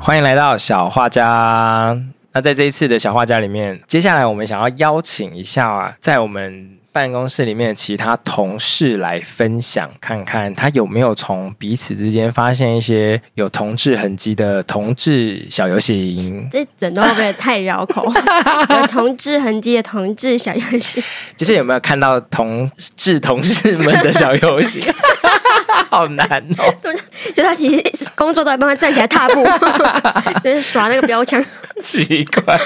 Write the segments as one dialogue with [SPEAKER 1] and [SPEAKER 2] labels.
[SPEAKER 1] 欢迎来到小画家。那在这一次的小画家里面，接下来我们想要邀请一下、啊、在我们办公室里面的其他同事来分享，看看他有没有从彼此之间发现一些有同志痕迹的同志小游行。
[SPEAKER 2] 这整段会不会太绕 口？有同志痕迹的同志小游 戏，
[SPEAKER 1] 就是有没有看到同志同事们的小游行？ 好难哦！
[SPEAKER 2] 什么叫就他其实工作到一半会站起来踏 步，就是耍那个标枪。
[SPEAKER 1] 奇怪，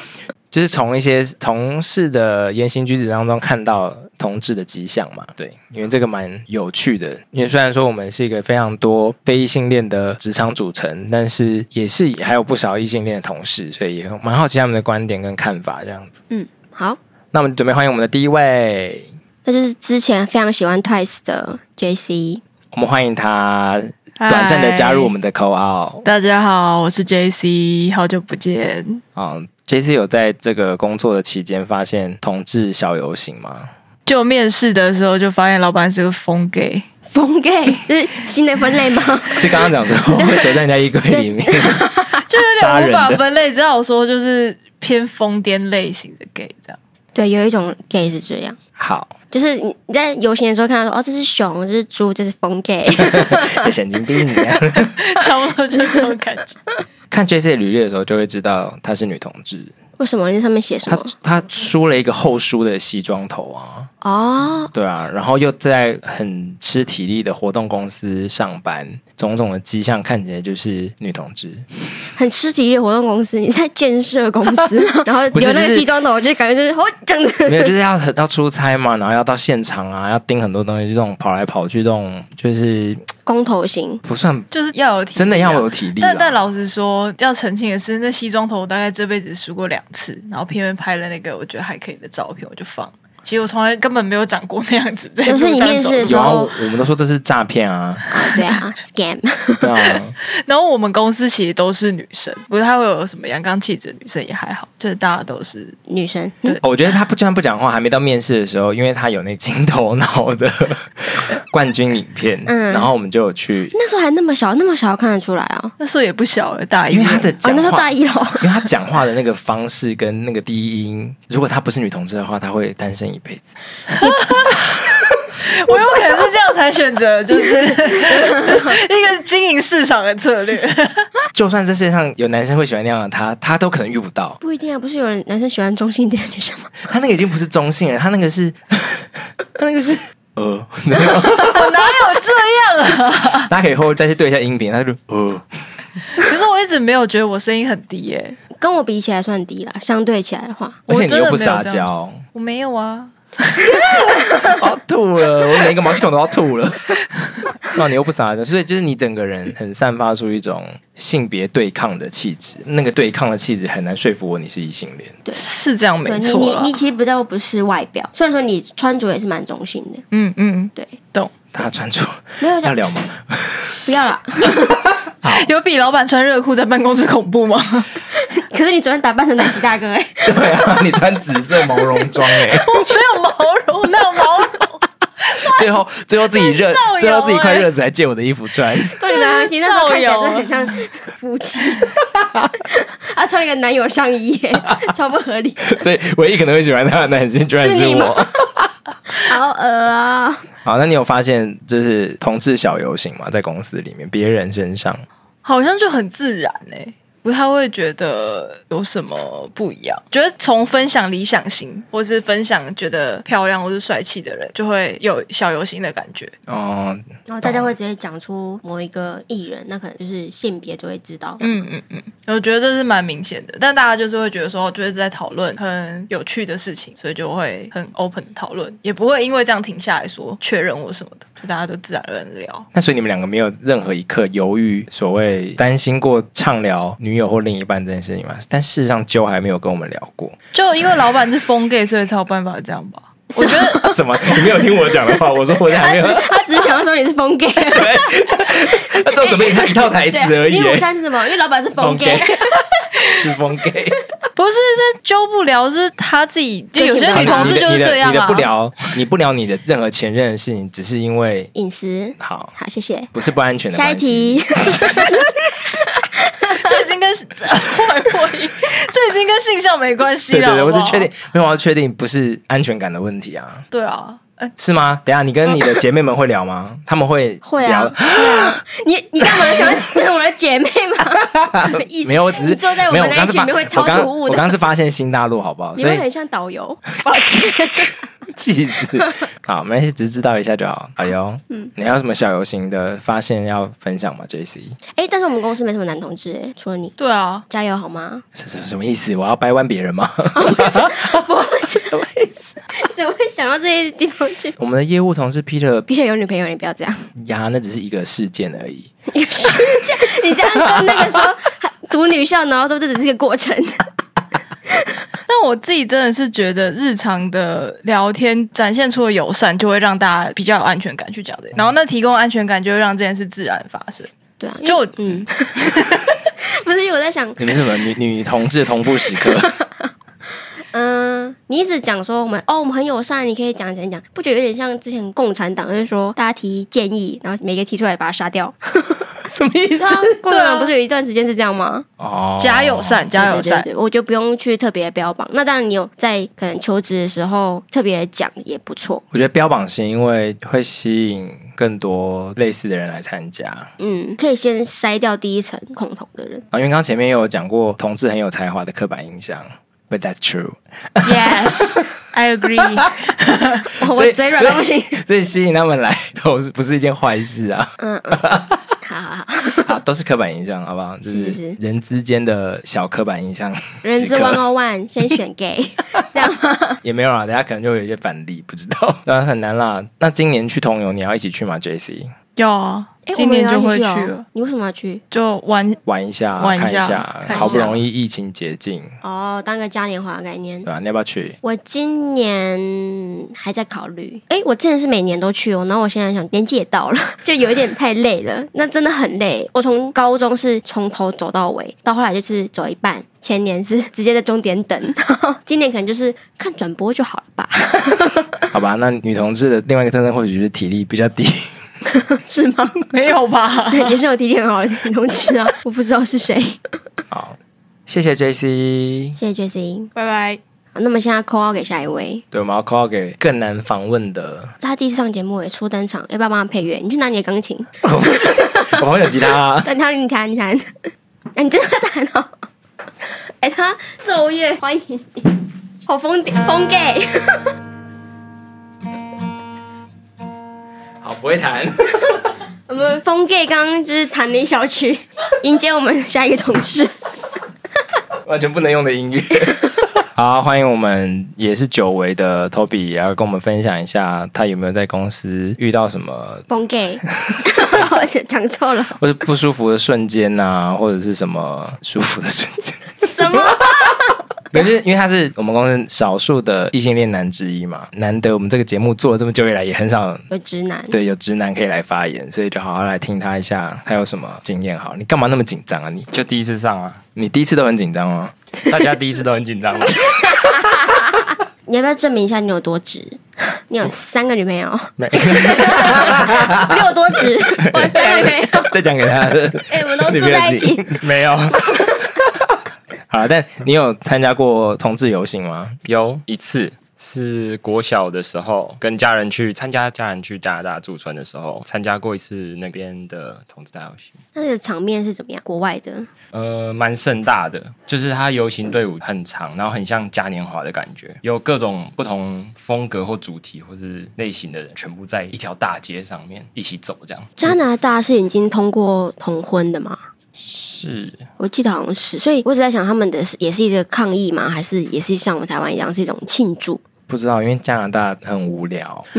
[SPEAKER 1] 就是从一些同事的言行举止当中看到同志的迹象嘛。对，因为这个蛮有趣的。因为虽然说我们是一个非常多非异性恋的职场组成，但是也是还有不少异性恋的同事，所以也蛮好奇他们的观点跟看法这样子。
[SPEAKER 2] 嗯，好，
[SPEAKER 1] 那我们准备欢迎我们的第一位，
[SPEAKER 2] 那就是之前非常喜欢 Twice 的 J C。
[SPEAKER 1] 我们欢迎他短暂的加入我们的 call out。
[SPEAKER 3] 嗨。大家好，我是 JC，好久不见。
[SPEAKER 1] 嗯，J C 有在这个工作的期间发现同志小游行吗？
[SPEAKER 3] 就面试的时候就发现老板是个疯 gay，
[SPEAKER 2] 疯 gay 这是新的分类吗？
[SPEAKER 1] 是刚刚讲说会躲在人家衣柜里面。
[SPEAKER 3] 就有
[SPEAKER 1] 杀
[SPEAKER 3] 点
[SPEAKER 1] 人的
[SPEAKER 3] 无法分类。只好说就是偏疯癫类型的 gay 这样。
[SPEAKER 2] 对，有一种 gay 是这样，
[SPEAKER 1] 好，
[SPEAKER 2] 就是你你在游行的时候看到说，哦，这是熊，这是猪，这是疯 gay。
[SPEAKER 1] 有神经病一样。
[SPEAKER 3] 差不多就这种感觉。
[SPEAKER 1] 看 J C 履历的时候，就会知道她是女同志。
[SPEAKER 2] 为什么？那上面写什
[SPEAKER 1] 她
[SPEAKER 2] 么？
[SPEAKER 1] 她梳了一个厚梳的西装头啊，
[SPEAKER 2] 哦，
[SPEAKER 1] 对啊，然后又在很吃体力的活动公司上班，种种的迹象看起来就是女同志。
[SPEAKER 2] 很吃体力的活动公司，你在建设公 司，然后
[SPEAKER 1] 不是
[SPEAKER 2] 有那
[SPEAKER 1] 就是
[SPEAKER 2] 个西装头，就感觉就是哦，这样子。
[SPEAKER 1] 没有，就是要很要出差嘛，然后要到现场啊，要盯很多东西，这种跑来跑去，这种就是
[SPEAKER 2] 公头型，
[SPEAKER 1] 不算
[SPEAKER 3] 就是要有体力啊
[SPEAKER 1] 真的要有体力啦。
[SPEAKER 3] 但但老实说，要澄清的是，那西装头我大概这辈子梳过两次，然后偏偏拍了那个我觉得还可以的照片，我就放。其实我从来根本没有长过那样子，在
[SPEAKER 2] 有
[SPEAKER 3] 路
[SPEAKER 2] 时候你
[SPEAKER 3] 上
[SPEAKER 2] 面
[SPEAKER 3] 走
[SPEAKER 2] 试的
[SPEAKER 3] 路
[SPEAKER 2] 时
[SPEAKER 1] 有
[SPEAKER 2] 候
[SPEAKER 1] 啊，我我们都说这是诈骗啊，
[SPEAKER 2] 对啊，scam。
[SPEAKER 1] 对啊，
[SPEAKER 3] 然后我们公司其实都是女生，不太会有什么阳刚气质的女生也还好，就是大家都是
[SPEAKER 2] 女生，
[SPEAKER 3] 对
[SPEAKER 1] 我觉得他不就算不讲话，还没到面试的时候，因为他有那金头脑 的冠军影片，
[SPEAKER 2] 嗯
[SPEAKER 1] 然后我们就有去，
[SPEAKER 2] 那时候还那么小，那么小看得出来啊、
[SPEAKER 3] 那时候也不小了，大一
[SPEAKER 1] 因为他的
[SPEAKER 2] 哦，
[SPEAKER 3] 啊
[SPEAKER 1] 讲
[SPEAKER 2] 那时候
[SPEAKER 1] 话，
[SPEAKER 2] 大一咯，
[SPEAKER 1] 因为他讲话的那个方式跟那个低音，如果他不是女同志的话，他会单身一辈子。
[SPEAKER 3] 我有可能是这样才选择，就是 一个经营市场的策略。
[SPEAKER 1] 就算这世界上有男生会喜欢那样的他，他都可能遇不到。
[SPEAKER 2] 不一定啊，不是有人男生喜欢中性一点的女生吗？
[SPEAKER 1] 他那个已经不是中性了，他那个是，他那个是。呃，
[SPEAKER 3] 我哪有这样啊？
[SPEAKER 1] 大家可以后再去对一下音频，他就呃，
[SPEAKER 3] 可是我一直没有觉得我声音很低耶、
[SPEAKER 2] 跟我比起来算低啦，相对起来的话，
[SPEAKER 1] 而且你
[SPEAKER 3] 我真
[SPEAKER 1] 又
[SPEAKER 3] 的
[SPEAKER 1] 不
[SPEAKER 3] 没有
[SPEAKER 1] 撒
[SPEAKER 3] 这样
[SPEAKER 1] 娇，
[SPEAKER 3] 我没有啊。
[SPEAKER 1] 我要吐了，我每一个毛细孔都要吐 了。那哦你又不撒娇，所以就是你整个人很散发出一种性别对抗的气质，那个对抗的气质很难说服我你是异性恋。
[SPEAKER 3] 是这样没
[SPEAKER 2] 对你
[SPEAKER 3] 错
[SPEAKER 2] 你
[SPEAKER 3] 啦
[SPEAKER 2] 你其实比较不是外表，虽然说你穿着也是蛮中性的，
[SPEAKER 3] 嗯嗯，
[SPEAKER 2] 对，
[SPEAKER 3] 懂。
[SPEAKER 1] 他穿着
[SPEAKER 2] 没有
[SPEAKER 1] 要
[SPEAKER 2] 讲
[SPEAKER 1] 聊吗？
[SPEAKER 2] 不要啦。
[SPEAKER 3] 有比老板穿热裤在办公室恐怖吗？
[SPEAKER 2] 可是你昨天打扮成奶昔大哥哎、
[SPEAKER 1] 对啊，你穿紫色毛绒装哎、
[SPEAKER 3] 我 没有毛绒，那有毛绒。
[SPEAKER 1] 最后最后自己热
[SPEAKER 3] 真造，
[SPEAKER 1] 最后自己
[SPEAKER 3] 谣欸
[SPEAKER 1] 快热死还借我的衣服穿。
[SPEAKER 2] 对你们其实那时 候看起来真的很
[SPEAKER 3] 造
[SPEAKER 2] 像夫妻， 他穿了一个男友上衣、 欸，超不合理，
[SPEAKER 1] 所以唯一可能会喜欢他的男性居然
[SPEAKER 2] 是
[SPEAKER 1] 是
[SPEAKER 2] 你吗
[SPEAKER 1] 我。
[SPEAKER 2] 好恶啊！
[SPEAKER 1] 好，那你有发现就是同志小游行吗？在公司里面，别人身上，
[SPEAKER 3] 好像就很自然哎、不太会觉得有什么不一样。觉得从分享理想型，或是分享觉得漂亮或是帅气的人，就会有小游行的感觉。
[SPEAKER 1] 哦、
[SPEAKER 2] 然后大家会直接讲出某一个艺人，那可能就是性别就会知道。
[SPEAKER 3] 嗯嗯嗯，我觉得这是蛮明显的，但大家就是会觉得说，哦就是在讨论很有趣的事情，所以就会很 open 讨论，也不会因为这样停下来说确认我什么的，就大家都自然而然聊。
[SPEAKER 1] 那所以你们两个没有任何一刻犹豫，所谓担心过畅聊女友或另一半这件事情吗？但事实上，啾还没有跟我们聊 过
[SPEAKER 3] 就因为老板是疯 gay，所以才有办法这样吧。我觉得
[SPEAKER 1] 什么。你没有听我讲的话，我说我还没 有，
[SPEAKER 2] 他只是想要说你是疯 gay，
[SPEAKER 1] 他就准备一套台词而
[SPEAKER 2] 对，
[SPEAKER 1] 已、
[SPEAKER 2] 因为
[SPEAKER 1] 欸
[SPEAKER 2] 五。三是什么？因为老板是疯 gay，
[SPEAKER 1] 是疯 gay，
[SPEAKER 3] 不是这揪不聊，是他自己。就有些
[SPEAKER 2] 对
[SPEAKER 3] 女 同志就是这样
[SPEAKER 1] 你的你的
[SPEAKER 3] 啊。
[SPEAKER 1] 不聊，你不聊你的任何前任的事情，只是因为
[SPEAKER 2] 隐私。
[SPEAKER 1] 好
[SPEAKER 2] 好，谢谢。
[SPEAKER 1] 不是不安全的
[SPEAKER 2] 下一
[SPEAKER 1] 关系。
[SPEAKER 2] 题，
[SPEAKER 3] 这已经跟这外破音，这已经跟性向没关系
[SPEAKER 1] 对
[SPEAKER 3] 了。
[SPEAKER 1] 对对，
[SPEAKER 3] 好
[SPEAKER 1] 我
[SPEAKER 3] 不
[SPEAKER 1] 是
[SPEAKER 3] 好
[SPEAKER 1] 确定，没有，我要确定不是安全感的问题啊，
[SPEAKER 3] 对啊，哎，
[SPEAKER 1] 是吗？等一下你跟你 的姐妹们会聊吗？他们会
[SPEAKER 2] 会
[SPEAKER 1] 聊
[SPEAKER 2] 啊，会啊，你你干嘛想 要我的姐妹 吗？什么意思？
[SPEAKER 1] 没有，我只
[SPEAKER 2] 你
[SPEAKER 1] 是
[SPEAKER 2] 坐在我
[SPEAKER 1] 没有
[SPEAKER 2] 们那
[SPEAKER 1] 刚
[SPEAKER 2] 一
[SPEAKER 1] 是
[SPEAKER 2] 群
[SPEAKER 1] 发
[SPEAKER 2] 里面会超
[SPEAKER 1] 我刚
[SPEAKER 2] 突兀
[SPEAKER 1] 我
[SPEAKER 2] 的，
[SPEAKER 1] 刚是发现新大陆，好不好？
[SPEAKER 2] 你
[SPEAKER 1] 所
[SPEAKER 2] 会
[SPEAKER 1] 以
[SPEAKER 2] 很像导游。
[SPEAKER 3] 抱歉，
[SPEAKER 1] 气 死！好，没关系，只是知道一下就好。哎呦，嗯，你还有什么小游行的发现要分享吗？J C，
[SPEAKER 2] 哎，但是我们公司没什么男同志，哎，除了你，
[SPEAKER 3] 对啊，
[SPEAKER 2] 加油 好吗？
[SPEAKER 1] 什什什么意思？我要掰弯别人 吗？
[SPEAKER 2] 不是，什么意思？ 怎么会想到这些地方去？
[SPEAKER 1] 我们的业务同事 Peter
[SPEAKER 2] 毕竟有女朋友，你不要这样。
[SPEAKER 1] 呀，那只是一个事件而已。
[SPEAKER 2] 你是这样，你这样跟那个说读女校，然后说这只是个过程，
[SPEAKER 3] 但我自己真的是觉得日常的聊天展现出的友善，就会让大家比较有安全感去讲这件事，然后那提供安全感就会让这件事自然发生。
[SPEAKER 2] 对啊，因为
[SPEAKER 3] 就
[SPEAKER 2] 嗯， 不是因为我在想，
[SPEAKER 1] 你们是什么女 女同志同步时刻？
[SPEAKER 2] 嗯、你一直讲说我们哦，我们很友善，你可以讲讲讲，不觉得有点像之前共产党就是说大家提建议，然后每个提出来把他杀 掉，
[SPEAKER 1] 什么意
[SPEAKER 2] 你知
[SPEAKER 1] 思
[SPEAKER 2] 道？共产党不是有一段时间是这样吗？
[SPEAKER 1] 哦
[SPEAKER 3] 加友善，加
[SPEAKER 2] 对
[SPEAKER 3] 友善，
[SPEAKER 2] 对对啊对我就不用去特别标榜。那当然，你有在可能求职的时候特别讲也不错，
[SPEAKER 1] 我觉得标榜是因为会吸引更多类似的人来参加。
[SPEAKER 2] 嗯，可以先筛掉第一层共同的人。
[SPEAKER 1] 啊，因为刚刚前面也有讲过同志很有才华的刻板印象，But that's true。
[SPEAKER 3] Yes, I agree 。
[SPEAKER 2] 我
[SPEAKER 1] 所以
[SPEAKER 2] 我嘴软到不行，
[SPEAKER 1] 所以所 以吸引他们来都是不是一件坏事啊？
[SPEAKER 2] 好好好，
[SPEAKER 1] 啊，都是刻板印象，好不好？就是是
[SPEAKER 2] 是
[SPEAKER 1] 人之间的小刻板印象时刻，
[SPEAKER 2] 人之 one o one 先选 gay，这样吗？
[SPEAKER 1] 也没有啊，等下可能就有一些反例，不知道， 当然很难啦。那今年去同游，你要一起去吗？J C
[SPEAKER 3] 有啊
[SPEAKER 2] 诶，
[SPEAKER 3] 今年就
[SPEAKER 2] 哎我们
[SPEAKER 3] 会去
[SPEAKER 2] 要一起
[SPEAKER 3] 了
[SPEAKER 2] 哦，。你为什么要去？
[SPEAKER 3] 就玩
[SPEAKER 1] 玩一下，
[SPEAKER 3] 玩一
[SPEAKER 1] 看
[SPEAKER 3] 下看一
[SPEAKER 1] 好不
[SPEAKER 3] 下
[SPEAKER 1] 容易疫情解禁，
[SPEAKER 2] 哦，当个嘉年华的概念
[SPEAKER 1] 对。吧、你要不要去？
[SPEAKER 2] 我今年还在考虑，诶，我之前是每年都去哦，然后我现在想年纪也到了， 就有一点太累了，那真的很累。我从高中是从头走到尾，到后来就是走一半，前年是直接在终点等， 然后今年可能就是看转播就好了吧，
[SPEAKER 1] 好吧，那女同志的另外一个特征或许是体力比较低，
[SPEAKER 2] 是 吗？
[SPEAKER 3] 没有 吧？
[SPEAKER 2] 也是有体力很好的同志啊，我不知道是谁。
[SPEAKER 1] 好。谢谢 J C，
[SPEAKER 2] 谢谢 j e s s e
[SPEAKER 3] 拜拜。
[SPEAKER 2] 那么现在 call out 给下一位，
[SPEAKER 1] 对，我们要 call 给更难访问的，
[SPEAKER 2] 他第一次上节目也初登场，要不要帮他配乐？你去拿你的钢琴，
[SPEAKER 1] 我不是， 我朋友吉他、啊，
[SPEAKER 2] 等他你弹你弹，哎、 你真的弹哦！ 哎、他奏乐欢迎你，好疯疯 gay，
[SPEAKER 1] 好不会弹。
[SPEAKER 2] 我们疯 gay 刚刚就是弹了一小曲，迎接我们下一个同 事。
[SPEAKER 1] 完全不能用的音 乐。好，欢迎我们也是久违的 Toby，然后跟我们分享一下他有没有在公司遇到什么
[SPEAKER 2] 疯 gay，我讲错了，
[SPEAKER 1] 或是不舒服的瞬间呐、或者是什么舒服的瞬 间。
[SPEAKER 2] 什么？
[SPEAKER 1] 可是因为他是我们公司少数的异性恋男之一嘛，难得我们这个节目做了这么久以来，也很少
[SPEAKER 2] 有直男，
[SPEAKER 1] 对有直男可以来发言，所以就好好来听他一下他有什么经验。好，你干嘛那么紧张啊？你
[SPEAKER 4] 就第一次上啊，
[SPEAKER 1] 你第一次都很紧张吗？
[SPEAKER 4] 大家第一次都很紧张 嘛。
[SPEAKER 2] 你要不要证明一下你有多直？你有三个女朋友，
[SPEAKER 1] 没，
[SPEAKER 2] 你有多直？我有三个女朋友，
[SPEAKER 1] 再讲给他。
[SPEAKER 2] 哎、我们都住在一起。
[SPEAKER 4] 没有，
[SPEAKER 1] 好了，但你有参加过同志游行吗？
[SPEAKER 4] 有一次是国小的时候，跟家人去参加家人去加拿大驻村的时候，参加过一次那边的同志大游行，
[SPEAKER 2] 那个场面是怎么样？国外的，
[SPEAKER 4] 呃，蛮盛大的，就是它游行队伍很长，然后很像嘉年华的感觉，有各种不同风格或主题或是类型的人，全部在一条大街上面一起走，这样
[SPEAKER 2] 加拿大是已经通过同婚的吗？
[SPEAKER 4] 是
[SPEAKER 2] 我记得好像是，所以我一直在想，他们的是也是一个抗议吗？还是也是像我们台湾一样是一种庆祝？
[SPEAKER 1] 不知道，因为加拿大很无聊，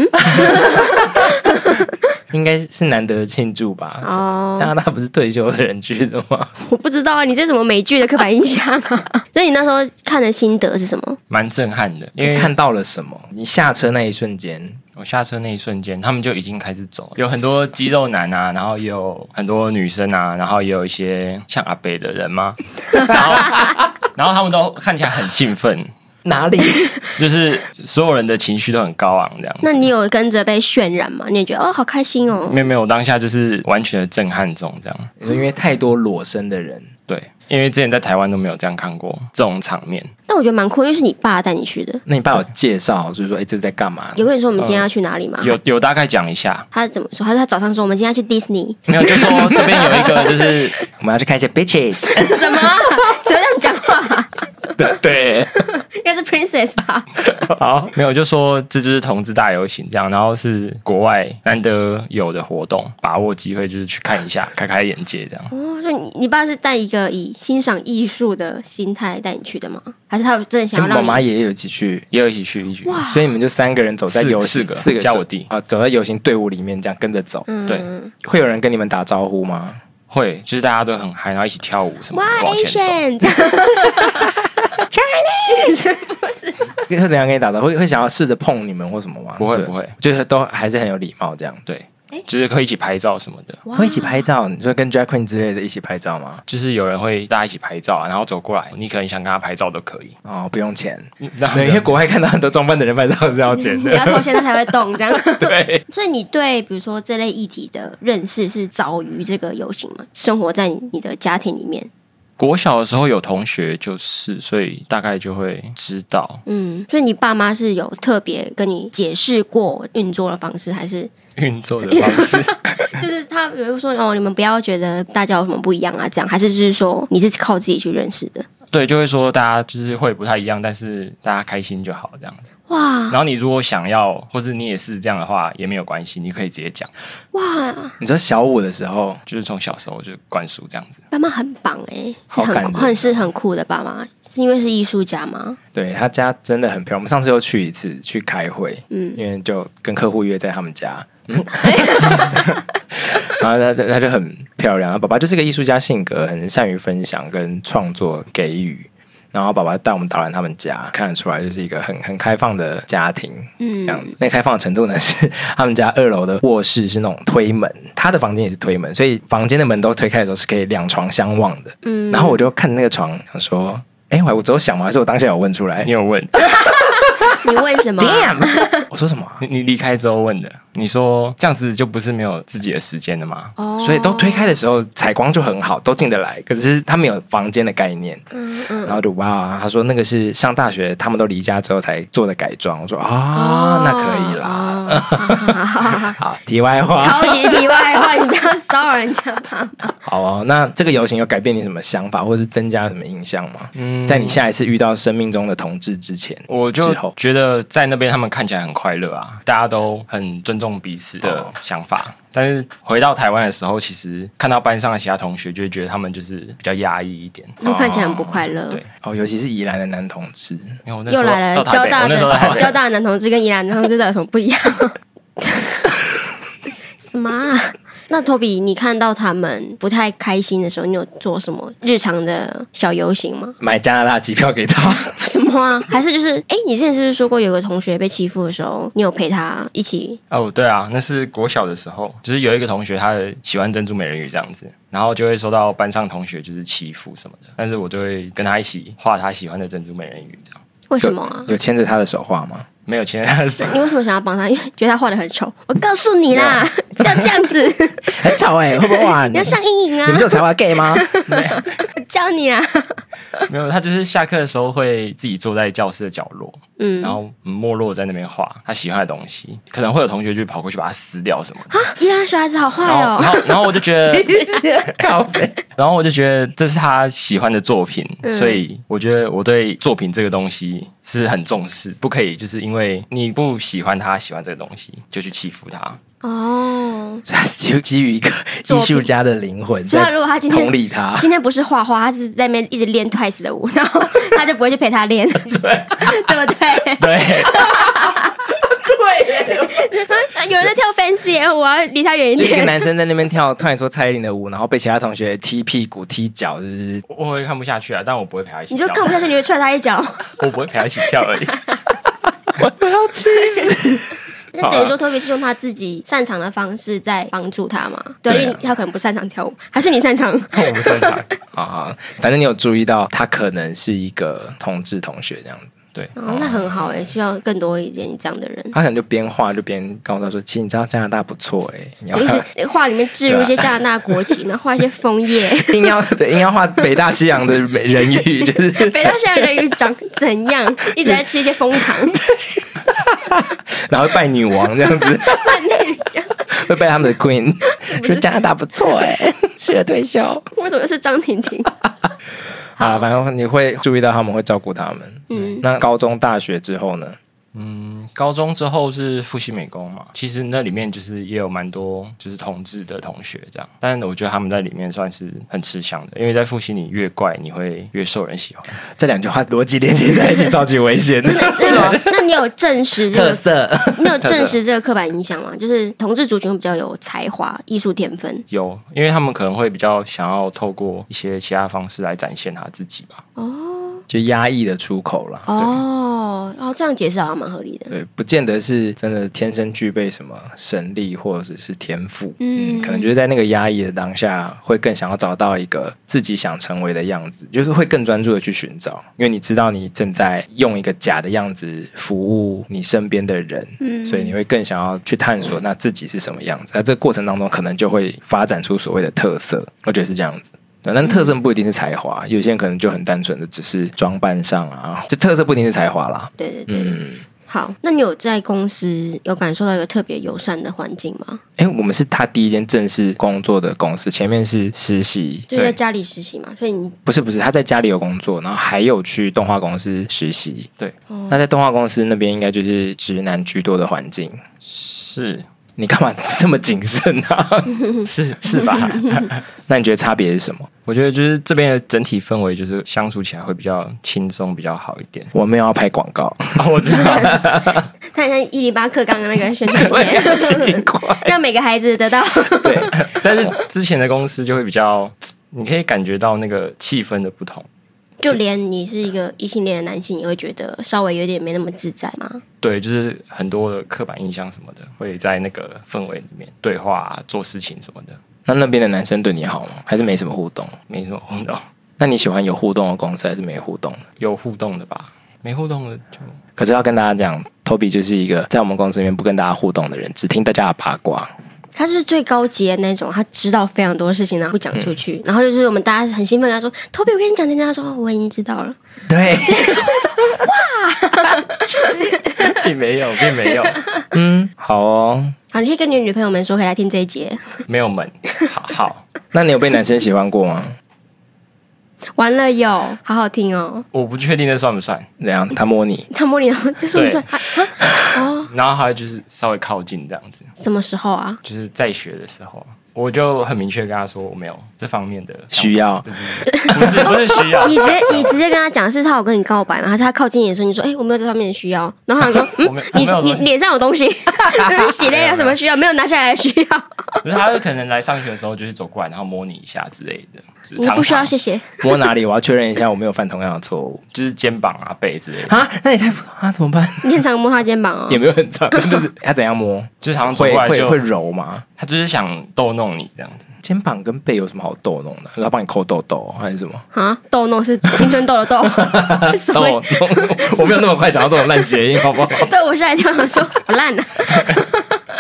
[SPEAKER 1] 应该是难得的庆祝吧。
[SPEAKER 2] 哦
[SPEAKER 1] 加拿大不是退休的人去的吗？
[SPEAKER 2] 我不知道啊，你这什么美剧的刻板印象啊？ 所以你那时候看的心得是什么？
[SPEAKER 4] 蛮震撼的，因
[SPEAKER 1] 因
[SPEAKER 4] 为
[SPEAKER 1] 为看到了什么？你下车那一瞬间，
[SPEAKER 4] 我下车那一瞬间，他们就已经开始走了，有很多肌肉男啊，然后也有很多女生啊，然后也有一些像阿北的人嘛，然后然后他们都看起来很兴奋，
[SPEAKER 1] 哪里？
[SPEAKER 4] 就是所有人的情绪都很高昂这样
[SPEAKER 2] 那
[SPEAKER 4] 子。
[SPEAKER 2] 你有跟着被渲染吗？你也觉得哦，好开心哦？
[SPEAKER 4] 没有没有，我当下就是完全的震撼中这样。
[SPEAKER 1] 因为太多裸身的人，对，因为之前在台湾都没有这样看过这种场面。
[SPEAKER 2] 但我觉得蛮酷，因为是你爸带你去的。
[SPEAKER 5] 那你爸有介绍，就是说，哎，这在干嘛？
[SPEAKER 2] 有跟你说我们今天要去哪里吗？
[SPEAKER 1] 有有大概讲一下，
[SPEAKER 2] 他怎么说？他说他早上说我们今天要去迪士尼，
[SPEAKER 1] 没有就说这边有一个就是
[SPEAKER 5] 我们要去看一些 bitches。
[SPEAKER 2] 什 么啊？谁会这样讲话？
[SPEAKER 5] 对 对，
[SPEAKER 2] 应该是 princess 吧？
[SPEAKER 1] 好，没有就说这就是同志大游行这样，然后是国外难得有的活动，把握机会就是去看一下，开开眼界这样。
[SPEAKER 2] 哦，所以你你爸是带一个以欣赏艺术的心态带你去的吗？还是他有真的想要
[SPEAKER 5] 哎妈
[SPEAKER 2] 让
[SPEAKER 5] 妈
[SPEAKER 2] 你？
[SPEAKER 5] 也有一起去，
[SPEAKER 1] 也有一起去一起去，
[SPEAKER 5] 所以你们就三个人走在
[SPEAKER 1] 四
[SPEAKER 5] 游行
[SPEAKER 1] 四个
[SPEAKER 5] 四个
[SPEAKER 1] 加
[SPEAKER 5] 走
[SPEAKER 1] 我弟
[SPEAKER 5] 啊，走在游行队伍里面，这样跟着走。
[SPEAKER 2] 嗯
[SPEAKER 1] 对
[SPEAKER 5] 会有人跟你们打招呼吗？
[SPEAKER 1] 会就是大家都很嗨，然后一起跳舞什么
[SPEAKER 2] 哇
[SPEAKER 1] 的往前走。
[SPEAKER 2] ，Asian 这样
[SPEAKER 5] 会怎样跟你打招呼？会会想要试着碰你们或什么吗？
[SPEAKER 1] 不会
[SPEAKER 5] 对
[SPEAKER 1] 不会，
[SPEAKER 5] 就是都还是很有礼貌这样。
[SPEAKER 1] 对
[SPEAKER 2] 诶，
[SPEAKER 1] 就是可以一起拍照什么的。
[SPEAKER 2] 哇
[SPEAKER 5] 会一起拍照，你说跟 Jack Queen 之类的一起拍照吗？
[SPEAKER 1] 就是有人会大家一起拍照、啊，然后走过来，你可能想跟他拍照都可以。
[SPEAKER 5] 哦，不用 钱，
[SPEAKER 1] 然后
[SPEAKER 5] 对，因为国外看到很多装扮的人拍照是要 钱
[SPEAKER 2] 你
[SPEAKER 5] 的。
[SPEAKER 2] 要头现在才会动这样。
[SPEAKER 5] 对，
[SPEAKER 2] 所以你对比如说这类议题的认识是早于这个游行吗？生活在你的家庭里面，
[SPEAKER 1] 国小的时候有同学就是，所以大概就会知道。
[SPEAKER 2] 嗯，所以你爸妈是有特别跟你解释过运作的方式，还是
[SPEAKER 1] 运作的方式，
[SPEAKER 2] 就是他比如说哦，你们不要觉得大家有什么不一样啊，这样，还是就是说你是靠自己去认识的？
[SPEAKER 1] 对，就会说大家就是会不太一样，但是大家开心就好这样子。
[SPEAKER 2] 哇
[SPEAKER 1] 然后你如果想要，或是你也是这样的话，也没有关系，你可以直接讲。
[SPEAKER 2] 哇，
[SPEAKER 5] 你说小五的时候，
[SPEAKER 1] 就是从小时候就灌输这样子，
[SPEAKER 2] 爸妈很棒哎、是
[SPEAKER 5] 好
[SPEAKER 1] 啊
[SPEAKER 5] 感
[SPEAKER 2] 很
[SPEAKER 5] 人
[SPEAKER 2] 很是很酷的爸妈，是因为是艺术家 吗？
[SPEAKER 5] 对他家真的很漂亮。我们上次又去一次去开会，
[SPEAKER 2] 嗯
[SPEAKER 5] 因为就跟客户约在他 们家。 然后他他就很漂亮，爸爸就是个艺术家性格，很善于分享跟创作给予。然后爸爸带我们导览他们家，看得出来就是一个很很开放的家庭，
[SPEAKER 2] 嗯
[SPEAKER 5] 这样子。那开放的程度呢是 他们家二楼的卧室是那种推门，他的房间也是推门，所以房间的门都推开的时候是可以两床相望的。
[SPEAKER 2] 嗯，
[SPEAKER 5] 然后我就看那个床，想说，哎、我我只有想吗？还是我当下有问出来
[SPEAKER 1] 你？有 问
[SPEAKER 2] 你为什么啊？
[SPEAKER 5] 我说什么啊、
[SPEAKER 1] 你你离开之后问的，你说这样子就不是没有自己的时间了吗？
[SPEAKER 2] 哦
[SPEAKER 5] 所以都推开的时候采光就很好，都进得来。可是他们有房间的概念，
[SPEAKER 2] 嗯嗯，
[SPEAKER 5] 然后就哇，他说那个是上大学他们都离家之后才做的改装。我说啊，
[SPEAKER 2] 哦
[SPEAKER 5] 那可以啦。
[SPEAKER 2] 哦好好好好好
[SPEAKER 5] 好，题外话，
[SPEAKER 2] 超级题外话，你这样骚扰人 家爸妈，
[SPEAKER 5] 好哦。那这个游行有改变你什么想法，或是增加什么印象吗？
[SPEAKER 1] 嗯
[SPEAKER 5] 在你下一次遇到生命中的同志之前，
[SPEAKER 1] 我
[SPEAKER 5] 之
[SPEAKER 1] 就
[SPEAKER 5] 后
[SPEAKER 1] 觉得在那边他们看起来很快乐啊，大家都很尊重彼此
[SPEAKER 5] 哦
[SPEAKER 1] 的想法。但是回到台湾的时候，其实看到班上的其他同学，就会觉得他们就是比较压抑一点。
[SPEAKER 2] 他们看起来很不快乐。
[SPEAKER 1] 对
[SPEAKER 5] 哦，尤其是宜兰的男同志，
[SPEAKER 1] 因为哦我那时
[SPEAKER 2] 又
[SPEAKER 1] 候
[SPEAKER 2] 来
[SPEAKER 1] 到
[SPEAKER 2] 了，
[SPEAKER 1] 台
[SPEAKER 2] 交
[SPEAKER 1] 北，我
[SPEAKER 2] 大
[SPEAKER 1] 那时候在台
[SPEAKER 2] 的
[SPEAKER 1] 北
[SPEAKER 2] 交大的男同志跟宜兰男同志到底有什么不一样？什么啊、那托比，你看到他们不太开心的时候，你有做什么日常的小游行吗？
[SPEAKER 5] 买加拿大机票 给他。
[SPEAKER 2] 什么啊？还是就是，哎、你之前是不是说过有个同学被欺负的时候，你有陪他一起？
[SPEAKER 1] 哦，对啊，那是国小的时候，就是有一个同学他喜欢珍珠美人鱼这样子，然后就会受到班上同学就是欺负什么的，但是我就会跟他一起画他喜欢的珍珠美人鱼这样，
[SPEAKER 2] 为什么啊？
[SPEAKER 5] 有牵着他的手画吗？
[SPEAKER 1] 没有牵着他的手。
[SPEAKER 2] 你为什么想要帮他？因为觉得他画的很丑。 我告诉你啦，是要这样子，
[SPEAKER 5] 很吵哎、会不会画？
[SPEAKER 2] 你 要上阴影啊！
[SPEAKER 5] 有才华 gay 吗？
[SPEAKER 2] 我教你啊。
[SPEAKER 1] 没有，他就是下课的时候会自己坐在教室的角落，
[SPEAKER 2] 嗯，
[SPEAKER 1] 然后嗯没落在那边画他喜欢的东西，可能会有同学就跑过去把它撕掉什么的。
[SPEAKER 2] 依然小孩子好坏
[SPEAKER 1] 然后，
[SPEAKER 2] 哦。
[SPEAKER 1] 然后，然后我就觉 得，
[SPEAKER 5] 靠背。
[SPEAKER 1] 然后我就觉得这是他喜欢的作品，
[SPEAKER 2] 嗯
[SPEAKER 1] 所以我觉得我对作品这个东西是很重视，不可以就是因为你不喜欢他喜欢这个东西就去欺负他。
[SPEAKER 2] 哦，
[SPEAKER 5] 所以它是基于基于一个艺术家的灵魂，
[SPEAKER 2] 所以他如果他今天
[SPEAKER 5] 同理 他，
[SPEAKER 2] 今天不是画画，他是在那边一直练 Twice 的舞，然后他就不会去陪他练， 对不对？
[SPEAKER 5] 对，
[SPEAKER 2] 有人在跳 Fancy，耶我要离他远一
[SPEAKER 5] 就一个
[SPEAKER 2] 点。
[SPEAKER 5] 男生在那边跳，突然说蔡依林的舞，然后被其他同学踢屁股、踢脚，就是
[SPEAKER 1] 我我会看不下去啊，但我不会陪他一起
[SPEAKER 2] 你
[SPEAKER 1] 跳，
[SPEAKER 2] 就看不下去， 啊你会踹他一脚。
[SPEAKER 1] 我不会陪他一起跳而已。
[SPEAKER 5] 我要气死。
[SPEAKER 2] 那等于说 Toby 是用他自己擅长的方式在帮助他嘛？对，
[SPEAKER 5] 对啊
[SPEAKER 2] 因为他可能不擅长跳舞，还是你擅长？
[SPEAKER 1] 我不擅长。
[SPEAKER 5] 啊啊，反正你有注意到他可能是一个同志同学这样子，
[SPEAKER 1] 对，
[SPEAKER 2] 哦，那很好哎、需要更多一点这样的人。
[SPEAKER 5] 他可能就边画就边告诉他说：“其实你知道加拿大不错哎、你要
[SPEAKER 2] 就一 直画里面置入一些加拿大国旗，然后画一些枫 叶。
[SPEAKER 5] 硬要对硬要画北大西洋的美人鱼， 就是
[SPEAKER 2] 北大现在人鱼长怎样？一直在吃一些蜂糖，
[SPEAKER 5] 然后拜女王这样子，
[SPEAKER 2] 扮内向。
[SPEAKER 5] 会拜他们的 queen，
[SPEAKER 2] 不是
[SPEAKER 5] 说加拿大不错哎、 适合退休。
[SPEAKER 2] 为什么又是张婷 婷？
[SPEAKER 5] 啊，反正你会注意到他们会照顾他们。
[SPEAKER 2] 嗯，
[SPEAKER 5] 那高中、大学之后呢？
[SPEAKER 1] 嗯，高中之后是复习美工嘛，其实那里面就是也有蛮多就是同志的同学这样，但我觉得他们在里面算是很吃香的，因为在复习你越怪，你会越受人喜欢。
[SPEAKER 5] 这两句话逻辑连接在一起，超级危 险的。
[SPEAKER 2] 那那你有证实这
[SPEAKER 5] 啊特
[SPEAKER 2] 个？
[SPEAKER 5] 色
[SPEAKER 2] 你有证实这个刻板印象吗？就是同志族群会比较有才华、艺术天分。
[SPEAKER 1] 有，因为他们可能会比较想要透过一些其他方式来展现他自己吧。
[SPEAKER 5] 就压抑的出口了。
[SPEAKER 2] 哦，哦，这样解释好像蛮合理的。
[SPEAKER 5] 对，不见得是真的天生具备什么神力或者是天赋，
[SPEAKER 2] 嗯
[SPEAKER 5] 嗯，可能就是在那个压抑的当下，会更想要找到一个自己想成为的样子，就是会更专注的去寻找，因为你知道你正在用一个假的样子服务你身边的人，
[SPEAKER 2] 嗯
[SPEAKER 5] 所以你会更想要去探索那自己是什么样子，那这个过程当中可能就会发展出所谓的特色，我觉得是这样子。对，但特色不一定是才华，有些人可能就很单纯的只是装扮上啊，这特色不一定是才华啦。
[SPEAKER 2] 对对对。
[SPEAKER 5] 嗯，
[SPEAKER 2] 好，那你有在公司有感受到一个特别友善的环境吗？
[SPEAKER 5] 哎、我们是他第一间正式工作的公司，前面是实习，
[SPEAKER 2] 就是在，家里实习嘛，所以你
[SPEAKER 5] 不是不是，他在家里有工作，然后还有去动画公司实习。
[SPEAKER 1] 对，
[SPEAKER 5] 那在动画公司那边应该就是直男居多的环境，
[SPEAKER 1] 是
[SPEAKER 5] 你干嘛这么谨慎啊？
[SPEAKER 1] 是是吧？
[SPEAKER 5] 那你觉得差别是什么？
[SPEAKER 1] 我觉得就是这边的整体氛围，就是相处起来会比较轻松，比较好一点。
[SPEAKER 5] 我没有要拍广 告，
[SPEAKER 1] 啊，我知道，
[SPEAKER 2] 看像一零八课纲的那个宣 传
[SPEAKER 5] 我也很奇
[SPEAKER 2] 片，
[SPEAKER 5] 怪。
[SPEAKER 2] 让每个孩子得到。
[SPEAKER 1] 对，但是之前的公司就会比较，你可以感觉到那个气氛的不同。
[SPEAKER 2] 就连你是一个异性恋的男性，也会觉得稍微有点没那么自在吗？
[SPEAKER 1] 对，就是很多的刻板印象什么的，会在那个氛围里面对话啊、做事情什么的，
[SPEAKER 5] 那那边的男生对你好吗？还是没什么互动？
[SPEAKER 1] 没什么互动，
[SPEAKER 5] 那你喜欢有互动的公司，还是没互动的？
[SPEAKER 1] 有互动的吧？没互动的就
[SPEAKER 5] 可是要跟大家讲，Toby 就是一个在我们公司里面不跟大家互动的人，只听大家的八卦。
[SPEAKER 2] 他是最高级的那种，他知道非常多事情，然后不讲出去，然后就是我们大家很兴奋，跟他说 Toby，我跟你讲，今天他说哦我已经知道了，
[SPEAKER 5] 对，
[SPEAKER 1] 并没有，并没有，
[SPEAKER 5] 嗯，好哦。
[SPEAKER 2] 好，你可以跟你的女朋友们说，可以来听这一节。
[SPEAKER 1] 没有门，好好，
[SPEAKER 5] 那你有被男生喜欢过吗？
[SPEAKER 2] 完了有，好好听哦。
[SPEAKER 1] 我不确定那算不算。
[SPEAKER 5] 怎样？他摸你？
[SPEAKER 2] 他摸你，然后这算不算？啊啊哦，
[SPEAKER 1] 然后还有就是稍微靠近这样子，
[SPEAKER 2] 什么时候啊？
[SPEAKER 1] 就是在学的时候，我就很明确跟他说我没有这方面的
[SPEAKER 5] 需
[SPEAKER 1] 要，
[SPEAKER 5] 要？
[SPEAKER 1] 对对对，不是不是需 要
[SPEAKER 2] 你，直接你直接跟他讲是他有跟你告白吗？还是他靠近你的时候你说，哎、我没有这方面的需要，然后他说，
[SPEAKER 1] 我
[SPEAKER 2] 嗯
[SPEAKER 1] 没，
[SPEAKER 2] 你
[SPEAKER 1] 我没有
[SPEAKER 2] 你
[SPEAKER 1] 东西
[SPEAKER 2] 脸上有东西， 对洗脸有什么需要？没有拿下来的需要，
[SPEAKER 1] 可是他可能来上学的时候就是走过来，然后摸你一下之类的，就是
[SPEAKER 2] 你
[SPEAKER 1] 常
[SPEAKER 2] 不需要
[SPEAKER 1] 常
[SPEAKER 2] 谢谢。
[SPEAKER 5] 摸哪里？我要确认一下，我没有犯同样的错误
[SPEAKER 1] 就是肩膀啊背之类的，
[SPEAKER 5] 啊？那也太啊，怎么办？
[SPEAKER 2] 你很常摸他肩膀哦
[SPEAKER 5] 也，没有很长，就是 他怎样摸？
[SPEAKER 1] 就是常常走
[SPEAKER 5] 会
[SPEAKER 1] 过来
[SPEAKER 5] 会
[SPEAKER 1] 就
[SPEAKER 5] 会揉吗？
[SPEAKER 1] 他就是想逗弄你这样子，
[SPEAKER 5] 肩膀跟背有什么好逗弄的？他帮你抠痘痘还是什么？
[SPEAKER 2] 啊，逗弄是青春痘的 痘，什
[SPEAKER 5] 但我
[SPEAKER 2] 么？
[SPEAKER 5] 我没有那么快想到这种烂谐音，好不好？
[SPEAKER 2] 对我是来听说好烂啊，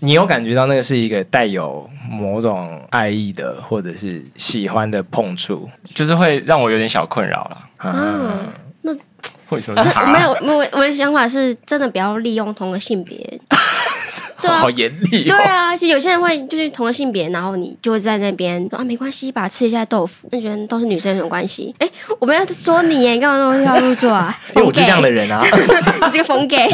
[SPEAKER 5] 你有感觉到那个是一个带有某种爱意的，或者是喜欢的碰触
[SPEAKER 1] 就是会让我有点小困扰啦。嗯
[SPEAKER 5] 啊？
[SPEAKER 1] 为什么
[SPEAKER 2] 这
[SPEAKER 1] 是
[SPEAKER 2] 没
[SPEAKER 1] 他？
[SPEAKER 2] 有，没有我我的想法是真的不要利用同个性 别，对啊
[SPEAKER 5] 好，严厉
[SPEAKER 2] 对
[SPEAKER 5] 哦！
[SPEAKER 2] 啊，其实有些人会就是同个性别，然后你就会在那边说啊，没关系吧，吃一下豆腐，那觉得都是女生有什么关系？哎，我们要是说你耶，你干嘛那么要入座 啊？
[SPEAKER 5] 因为我就是这样的人啊，
[SPEAKER 2] 疯 gay，你这个疯 gay，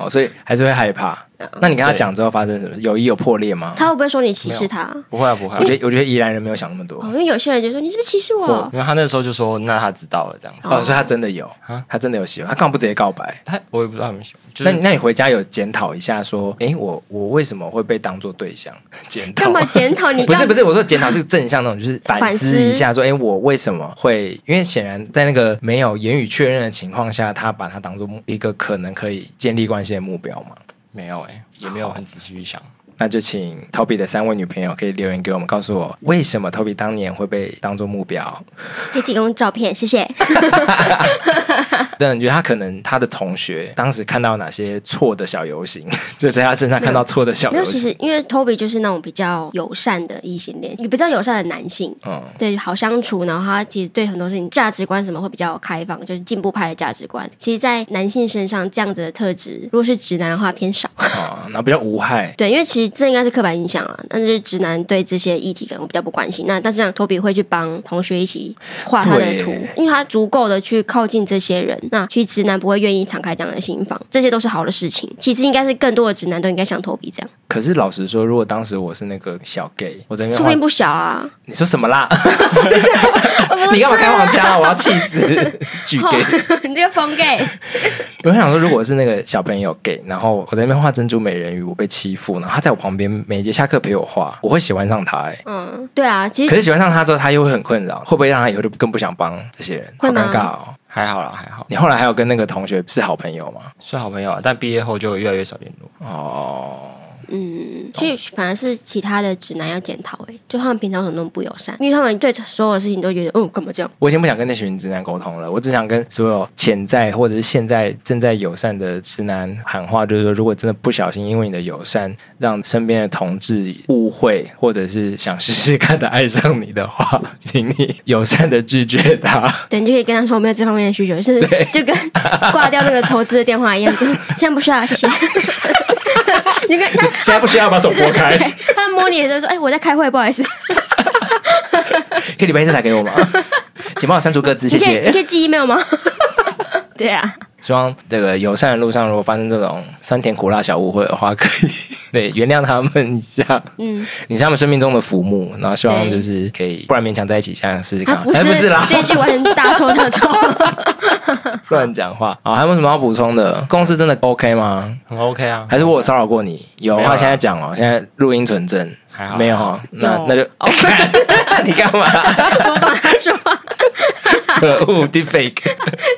[SPEAKER 5] 哦所以还是会害怕。那你跟他讲之后发生什么？友谊有破裂吗？
[SPEAKER 2] 他会不会说你歧视他？
[SPEAKER 1] 不会啊，不会、啊
[SPEAKER 5] 我，觉得我觉得宜兰人没有想那么多
[SPEAKER 2] 哦，，因为有些人就说你是不是歧视我？
[SPEAKER 1] 因为他那时候就说，那他知道了这样子。
[SPEAKER 5] 哦，所以他真的有
[SPEAKER 1] 啊，
[SPEAKER 5] 他真的有喜欢，他干嘛不直接告白？
[SPEAKER 1] 他我也不知道他们喜欢，就
[SPEAKER 5] 那你
[SPEAKER 1] 是
[SPEAKER 5] 那你回家有检讨一下，说，诶，我我为什么会被当做对象？检讨
[SPEAKER 2] 干嘛检讨 你？
[SPEAKER 5] 不是不
[SPEAKER 2] 是，
[SPEAKER 5] 是，我说检讨是正向那种，就是反
[SPEAKER 2] 反
[SPEAKER 5] 思一
[SPEAKER 2] 思
[SPEAKER 5] 下，说，哎、我为什么会？因为显然在那个没有言语确认的情况下，他把它当做一个可能可以建立关系的目标嘛。
[SPEAKER 1] 没有哎、也没有很仔细去想。
[SPEAKER 5] 那就请 Toby 的三位女朋友可以留言给我们，告诉我为什么 Toby 当年会被当做目标。
[SPEAKER 2] 可以提供照片，谢谢。
[SPEAKER 5] 但你觉得他可能他的同学当时看到哪些错的小游行， 就在他身上看到错的小
[SPEAKER 2] 没
[SPEAKER 5] 游
[SPEAKER 2] 有，其
[SPEAKER 5] 行。
[SPEAKER 2] 实因为 Toby 就是那种比较友善的异性恋，比较友善的男性，
[SPEAKER 5] 嗯，
[SPEAKER 2] 对，好相处，然后他其实对很多事情价值观什么会比较开放，就是进步派的价值观。其实，在男性身上这样子的特质，如果是直男的话偏少。
[SPEAKER 5] 哦，然后比较无害。
[SPEAKER 2] 对，因为其实这应该是刻板印象啊，但是直男对这些议题可能比较不关心。那但是像 Toby 会去帮同学一起画他的
[SPEAKER 5] 对
[SPEAKER 2] 图，因为他足够的去靠近这些人，那其实直男不会愿意敞开这样的心房，这些都是好的事情。其实应该是更多的直男都应该像 Toby 这样，
[SPEAKER 5] 可是老实说，如果当时我是那个小 gay，我真的
[SPEAKER 2] 说不定不小啊。
[SPEAKER 5] 你说什么啦？ 你干嘛开黄腔啊？我要气死！巨 gay，
[SPEAKER 2] 你这个疯 gay，
[SPEAKER 5] 我想说，如果是那个小朋友 gay，然后我在那边画珍珠美人鱼，我被欺负，然后他在我旁边每节下课陪我画，我会喜欢上他、欸。
[SPEAKER 2] 嗯，对啊，其
[SPEAKER 5] 可
[SPEAKER 2] 实
[SPEAKER 5] 是喜欢上他之后，他又会很困扰，会不会让他以后就更不想帮这些人？好
[SPEAKER 2] 会吗
[SPEAKER 5] 尴尬哦！
[SPEAKER 1] 还好啦，还好，
[SPEAKER 5] 你后来还有跟那个同学是好朋友吗？
[SPEAKER 1] 是好朋友啊，但毕业后就越来越少联络。
[SPEAKER 5] 哦，
[SPEAKER 2] 嗯，所以反而是其他的直男要检讨，哎，就他们平常很多不友善，因为他们对所有的事情都觉得，哦，干嘛这样？
[SPEAKER 5] 我已经不想跟那群直男沟通了，我只想跟所有潜在或者是现在正在友善的直男喊话，就是说，如果真的不小心因为你的友善让身边的同志误会，或者是想试试看的爱上你的话，请你友善的拒 绝他。
[SPEAKER 2] 对，你就可以跟他说我没有这方面的需求，就是 就跟挂掉那个投资的电话一 样，就是现在不需要，谢谢。 你跟他
[SPEAKER 5] 现在不需要把手拨开，
[SPEAKER 2] 对他摸你的时候说，哎、我在开会，不好意思。
[SPEAKER 5] 可以礼拜一再打给我吗？ 请帮我删除各自，谢
[SPEAKER 2] 你可以你
[SPEAKER 5] 谢
[SPEAKER 2] 可。以寄 email 吗？ 对啊，
[SPEAKER 5] 希望这个友善的路上，如果发生这种酸甜苦辣小误会的话，可以对原谅他们一下。
[SPEAKER 2] 嗯，
[SPEAKER 5] 你是他们生命中的浮木，然后希望就是可以，不然勉强在一起，想想试试看。
[SPEAKER 2] 他啊不
[SPEAKER 5] 哎
[SPEAKER 2] 是
[SPEAKER 5] 不是啦，
[SPEAKER 2] 这一句完全大错特 错。
[SPEAKER 5] 乱讲话。好，还有没有什么要补充的？公司真的 OK 吗？
[SPEAKER 1] 很 OK 啊，
[SPEAKER 5] 还是我有骚扰过你？有
[SPEAKER 1] 没有
[SPEAKER 5] 啊，
[SPEAKER 1] 啊
[SPEAKER 5] 现在讲哦，现在录音存证
[SPEAKER 1] 还好
[SPEAKER 5] 没有哦？那
[SPEAKER 3] 有
[SPEAKER 5] 那就 你干嘛？
[SPEAKER 2] 我帮他说话
[SPEAKER 5] 可恶，deepfake。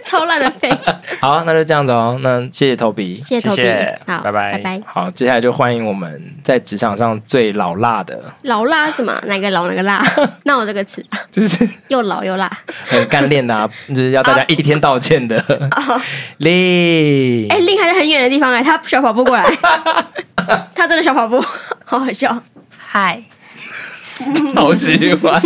[SPEAKER 2] 超烂的 fake，
[SPEAKER 5] 好，那就这样子哦。那谢谢 Toby，
[SPEAKER 2] 谢谢投币
[SPEAKER 1] 谢谢，
[SPEAKER 2] 好，
[SPEAKER 1] 拜拜
[SPEAKER 2] 拜拜。
[SPEAKER 5] 好，接下来就欢迎我们在职场上最老辣的，
[SPEAKER 2] 老辣是 吗？哪个老哪个辣？那我这个词
[SPEAKER 5] 就是
[SPEAKER 2] 又老又辣。
[SPEAKER 5] 很干练的、啊，就是要大家一天道歉的。 丽、
[SPEAKER 2] 啊哎、令还在很远的地方哎、他小跑步 过来，他真的小跑步， 好好笑。
[SPEAKER 3] 嗨，
[SPEAKER 5] 好喜 欢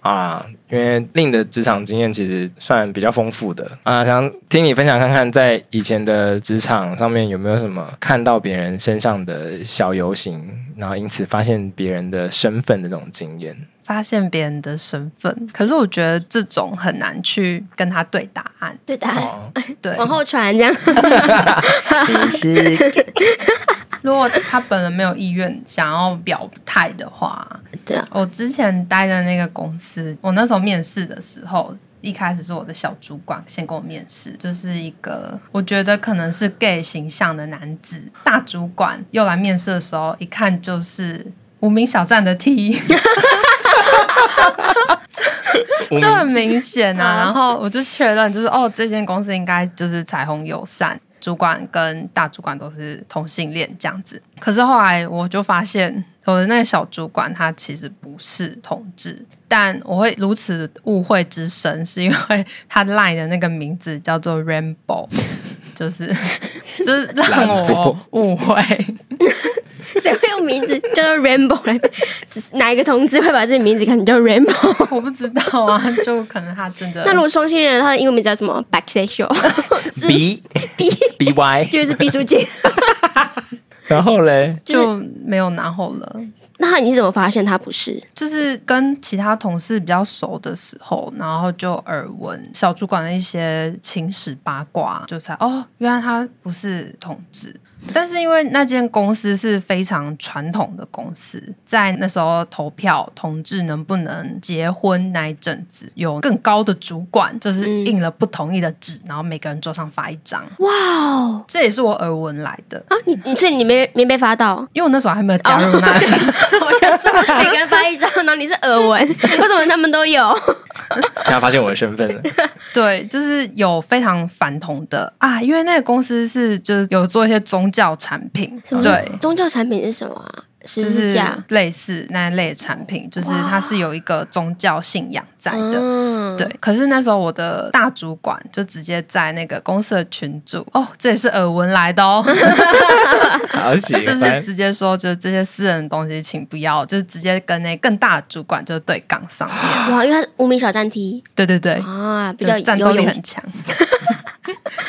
[SPEAKER 5] 啊！因为令的职场经验其实算比较丰富的啊，想听你分享看看，在以前的职场上面有没有什么看到别人身上的小游行，然后因此发现别人的身份的这种经验。
[SPEAKER 6] 发现别人的身份，可是我觉得这种很难去跟他对答案。
[SPEAKER 2] 对答案，
[SPEAKER 5] 哦，
[SPEAKER 6] 对，
[SPEAKER 2] 往后传这样。
[SPEAKER 5] 你是
[SPEAKER 6] 如果他本人没有意愿想要表态的话，
[SPEAKER 2] 对啊，
[SPEAKER 6] 我之前待的那个公司，我那时候面试的时候。一开始是我的小主管先跟我面试，就是一个我觉得可能是 gay 形象的男子。大主管又来面试的时候，一看就是无名小站的 T，这很明显啊。然后我就确认，就是哦，这间公司应该就是彩虹友善，主管跟大主管都是同性恋这样子。可是后来我就发现，我的那个小主管他其实不是同志，但我会如此误会之深，是因为 他赖的那个名字叫做 Rainbow，就是 就是让我误会。
[SPEAKER 2] 谁会用名字叫做 Rainbow 来？是哪一个同志会把自己名字改成叫 Rainbow？
[SPEAKER 6] 我不知道啊，就可能他真的
[SPEAKER 2] 那如果双性恋人，他的英文名叫什么？Bisexual，是
[SPEAKER 5] B
[SPEAKER 2] B，
[SPEAKER 5] B Y，
[SPEAKER 2] 就是毕书尽。
[SPEAKER 5] 然后嘞，
[SPEAKER 6] 就没有然后了。
[SPEAKER 2] 那他你怎么发现他不是？
[SPEAKER 6] 就是跟其他同事比较熟的时候，然后就耳闻小主管的一些情史八卦，就才哦，原来他不是同志。但是因为那间公司是非常传统的公司，在那时候投票同志能不能结婚那一阵子，有更高的主管就是印了不同意的纸，然后每个人桌上发一张，
[SPEAKER 2] 哇哦
[SPEAKER 6] 这也是我耳闻来的。，
[SPEAKER 2] 啊！你你所以你没没被发 到
[SPEAKER 6] 因为我那时候还没有呃加入 那个，
[SPEAKER 2] 我想说每个人发一张，然后你是耳闻， 为什么他们都有？
[SPEAKER 5] 他发现我的身份了，
[SPEAKER 6] 对，就是有非常反同的啊，因为那个公司是就是有做一些宗教产品，
[SPEAKER 2] 什么
[SPEAKER 6] 对，
[SPEAKER 2] 宗教产品是什么啊？
[SPEAKER 6] 就
[SPEAKER 2] 十字
[SPEAKER 6] 是
[SPEAKER 2] 架
[SPEAKER 6] 类似那一类的产品，就是它是有一个宗教信仰在的。
[SPEAKER 2] 嗯
[SPEAKER 6] 对，，可是那时候我的大主管就直接在那个公司的群组哦，这也是耳闻来的哦，
[SPEAKER 5] 好喜
[SPEAKER 6] 就
[SPEAKER 5] 欢
[SPEAKER 6] 是直接说，就是这些私人的东西请不要，就是直接跟那更大的主管就对杠上面。
[SPEAKER 2] 哇，因为他是无名小站梯
[SPEAKER 6] 对对对，
[SPEAKER 2] 啊，比
[SPEAKER 6] 就
[SPEAKER 2] 较
[SPEAKER 6] 战
[SPEAKER 2] 有
[SPEAKER 6] 斗力
[SPEAKER 2] 勇
[SPEAKER 6] 很 强，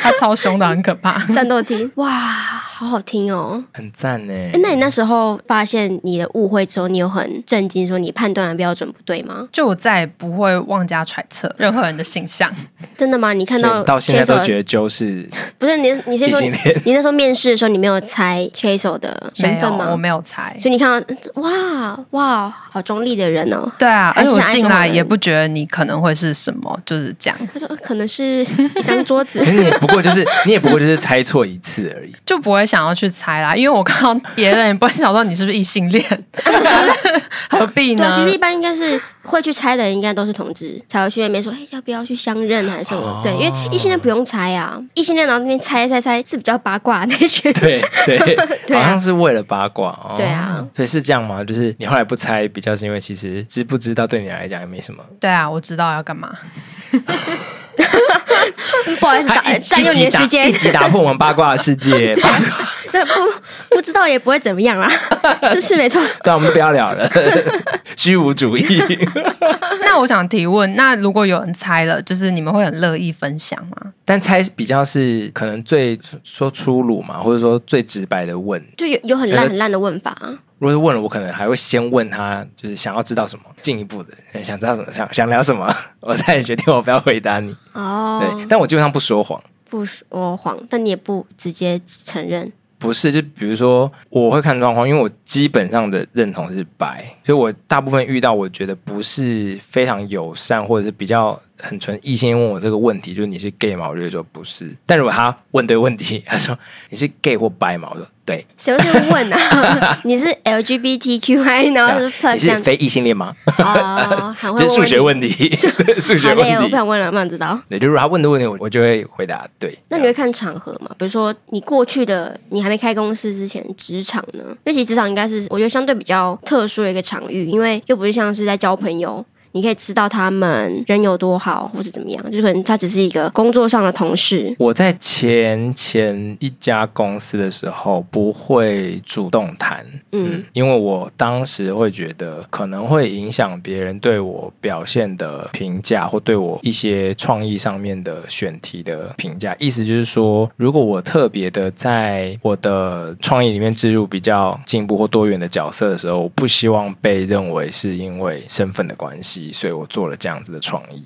[SPEAKER 6] 他超凶的，很可怕。
[SPEAKER 2] 战斗梯，哇，好好听哦。
[SPEAKER 5] 很赞呢。
[SPEAKER 2] 诶那你那时候发现你的误会之后，你有很震惊，说你判断的标准不对吗？
[SPEAKER 6] 就我再也不会妄加揣测任何人的形象。
[SPEAKER 2] 真的吗？你看
[SPEAKER 5] 所
[SPEAKER 2] 到
[SPEAKER 5] 以到现在都
[SPEAKER 2] Chaser-
[SPEAKER 5] 觉得就是
[SPEAKER 2] 不是你，你先
[SPEAKER 5] 异
[SPEAKER 2] 说
[SPEAKER 5] 性恋
[SPEAKER 2] 你那时候面试的时候，你没有猜 Chaso 的 身
[SPEAKER 6] 没有，
[SPEAKER 2] 份吗？
[SPEAKER 6] 我没有猜。
[SPEAKER 2] 所以你看到哇哇，好中立的人哦。
[SPEAKER 6] 对啊，
[SPEAKER 2] 还
[SPEAKER 6] 而
[SPEAKER 2] 是
[SPEAKER 6] 且我
[SPEAKER 2] 爱
[SPEAKER 6] 进
[SPEAKER 2] 说
[SPEAKER 6] 来
[SPEAKER 2] 谎人
[SPEAKER 6] 也不觉得你可能会是什么，就是这样，
[SPEAKER 2] 他说呃可能是 一张桌子
[SPEAKER 5] 可，是你也不过就是 你也不过就是猜错一次而已，
[SPEAKER 6] 就不会想要去猜啦。因为我看 到别人，也不会想说你是不是异性恋，就是 何必
[SPEAKER 2] 对
[SPEAKER 6] 呢
[SPEAKER 2] 啊，？其实一般应该是会去猜的人，应该都是同志才会去那边说，哎、要不要去相认还是什么？
[SPEAKER 5] 哦
[SPEAKER 2] 对，因为异性恋不用猜啊，异性恋然后那边猜猜猜是比较八卦的那群。
[SPEAKER 5] 对对，
[SPEAKER 2] 对啊
[SPEAKER 5] 好像是为了八卦哦。
[SPEAKER 2] 对啊，
[SPEAKER 5] 所以是这样吗？就是你后来不猜，比较是因为其实知不知道对你来讲也没什么。
[SPEAKER 2] 嗯
[SPEAKER 6] 对啊，我知道要干嘛。
[SPEAKER 2] 不好意思，打
[SPEAKER 5] 他一
[SPEAKER 2] 占用你
[SPEAKER 5] 一
[SPEAKER 2] 的
[SPEAKER 5] 击打
[SPEAKER 2] 时间
[SPEAKER 5] 一，击打破我们八卦的世界。八卦
[SPEAKER 2] 对，不不知道也不会怎么样 啦，是是没错。
[SPEAKER 5] 对啊，我们不要聊了， 虚无主 义。
[SPEAKER 6] 那我想提问，那如果有人猜了，就是你们会很乐意分享吗？
[SPEAKER 5] 但猜比较是可能最说粗鲁嘛，或者说最直白的问。
[SPEAKER 2] 就有有很烂
[SPEAKER 5] 呃
[SPEAKER 2] 很烂的问法啊、
[SPEAKER 5] 如果是问了，我可能还会先问他，就是想要知道什么，进一步的想知道什么，想想聊什么， 我再决定我不要回答你。对，
[SPEAKER 2] 哦，
[SPEAKER 5] 但我基本上不说谎。
[SPEAKER 2] 不说谎，但你也不直接承认。
[SPEAKER 5] 不是，就比如说我会看状况，因为我基本上的认同是白，所以我大部分遇到我觉得不是非常友善，或者是比较很纯异性问我这个问题，就是你是 gay 吗？我就会说不是。但如果他问对问题，他说你是 gay 或白吗？我说对。
[SPEAKER 2] 谁会这么问 啊？你是 LGBTQI，然后是 plus
[SPEAKER 5] 你
[SPEAKER 2] 这
[SPEAKER 5] 是
[SPEAKER 2] 样
[SPEAKER 5] 非异性恋吗？
[SPEAKER 2] 哦，很会
[SPEAKER 5] 这是数
[SPEAKER 2] 问
[SPEAKER 5] 学
[SPEAKER 2] 你
[SPEAKER 5] 问题，对 数学
[SPEAKER 2] 好累哦，我
[SPEAKER 5] 问
[SPEAKER 2] 不
[SPEAKER 5] 题。
[SPEAKER 2] 想问了，不想知道。
[SPEAKER 5] 对，就是他问的问题，我我就会回答对。
[SPEAKER 2] 那你会看场合吗？比如说你过去的，你还没开公司之前，职场呢？因为其实职场应该是我觉得相对比较特殊的一个场域，因为又不是像是在交朋友，你可以知道他们人有多好，或是怎么样，就是可能他只是一个工作上的同事。
[SPEAKER 5] 我在前前一家公司的时候，不会主动谈，
[SPEAKER 2] 嗯，
[SPEAKER 5] 因为我当时会觉得可能会影响别人对我表现的评价，或对我一些创意上面的选题的评价。意思就是说，如果我特别的在我的创意里面置入比较进步或多元的角色的时候，我不希望被认为是因为身份的关系，所以我做了这样子的创意。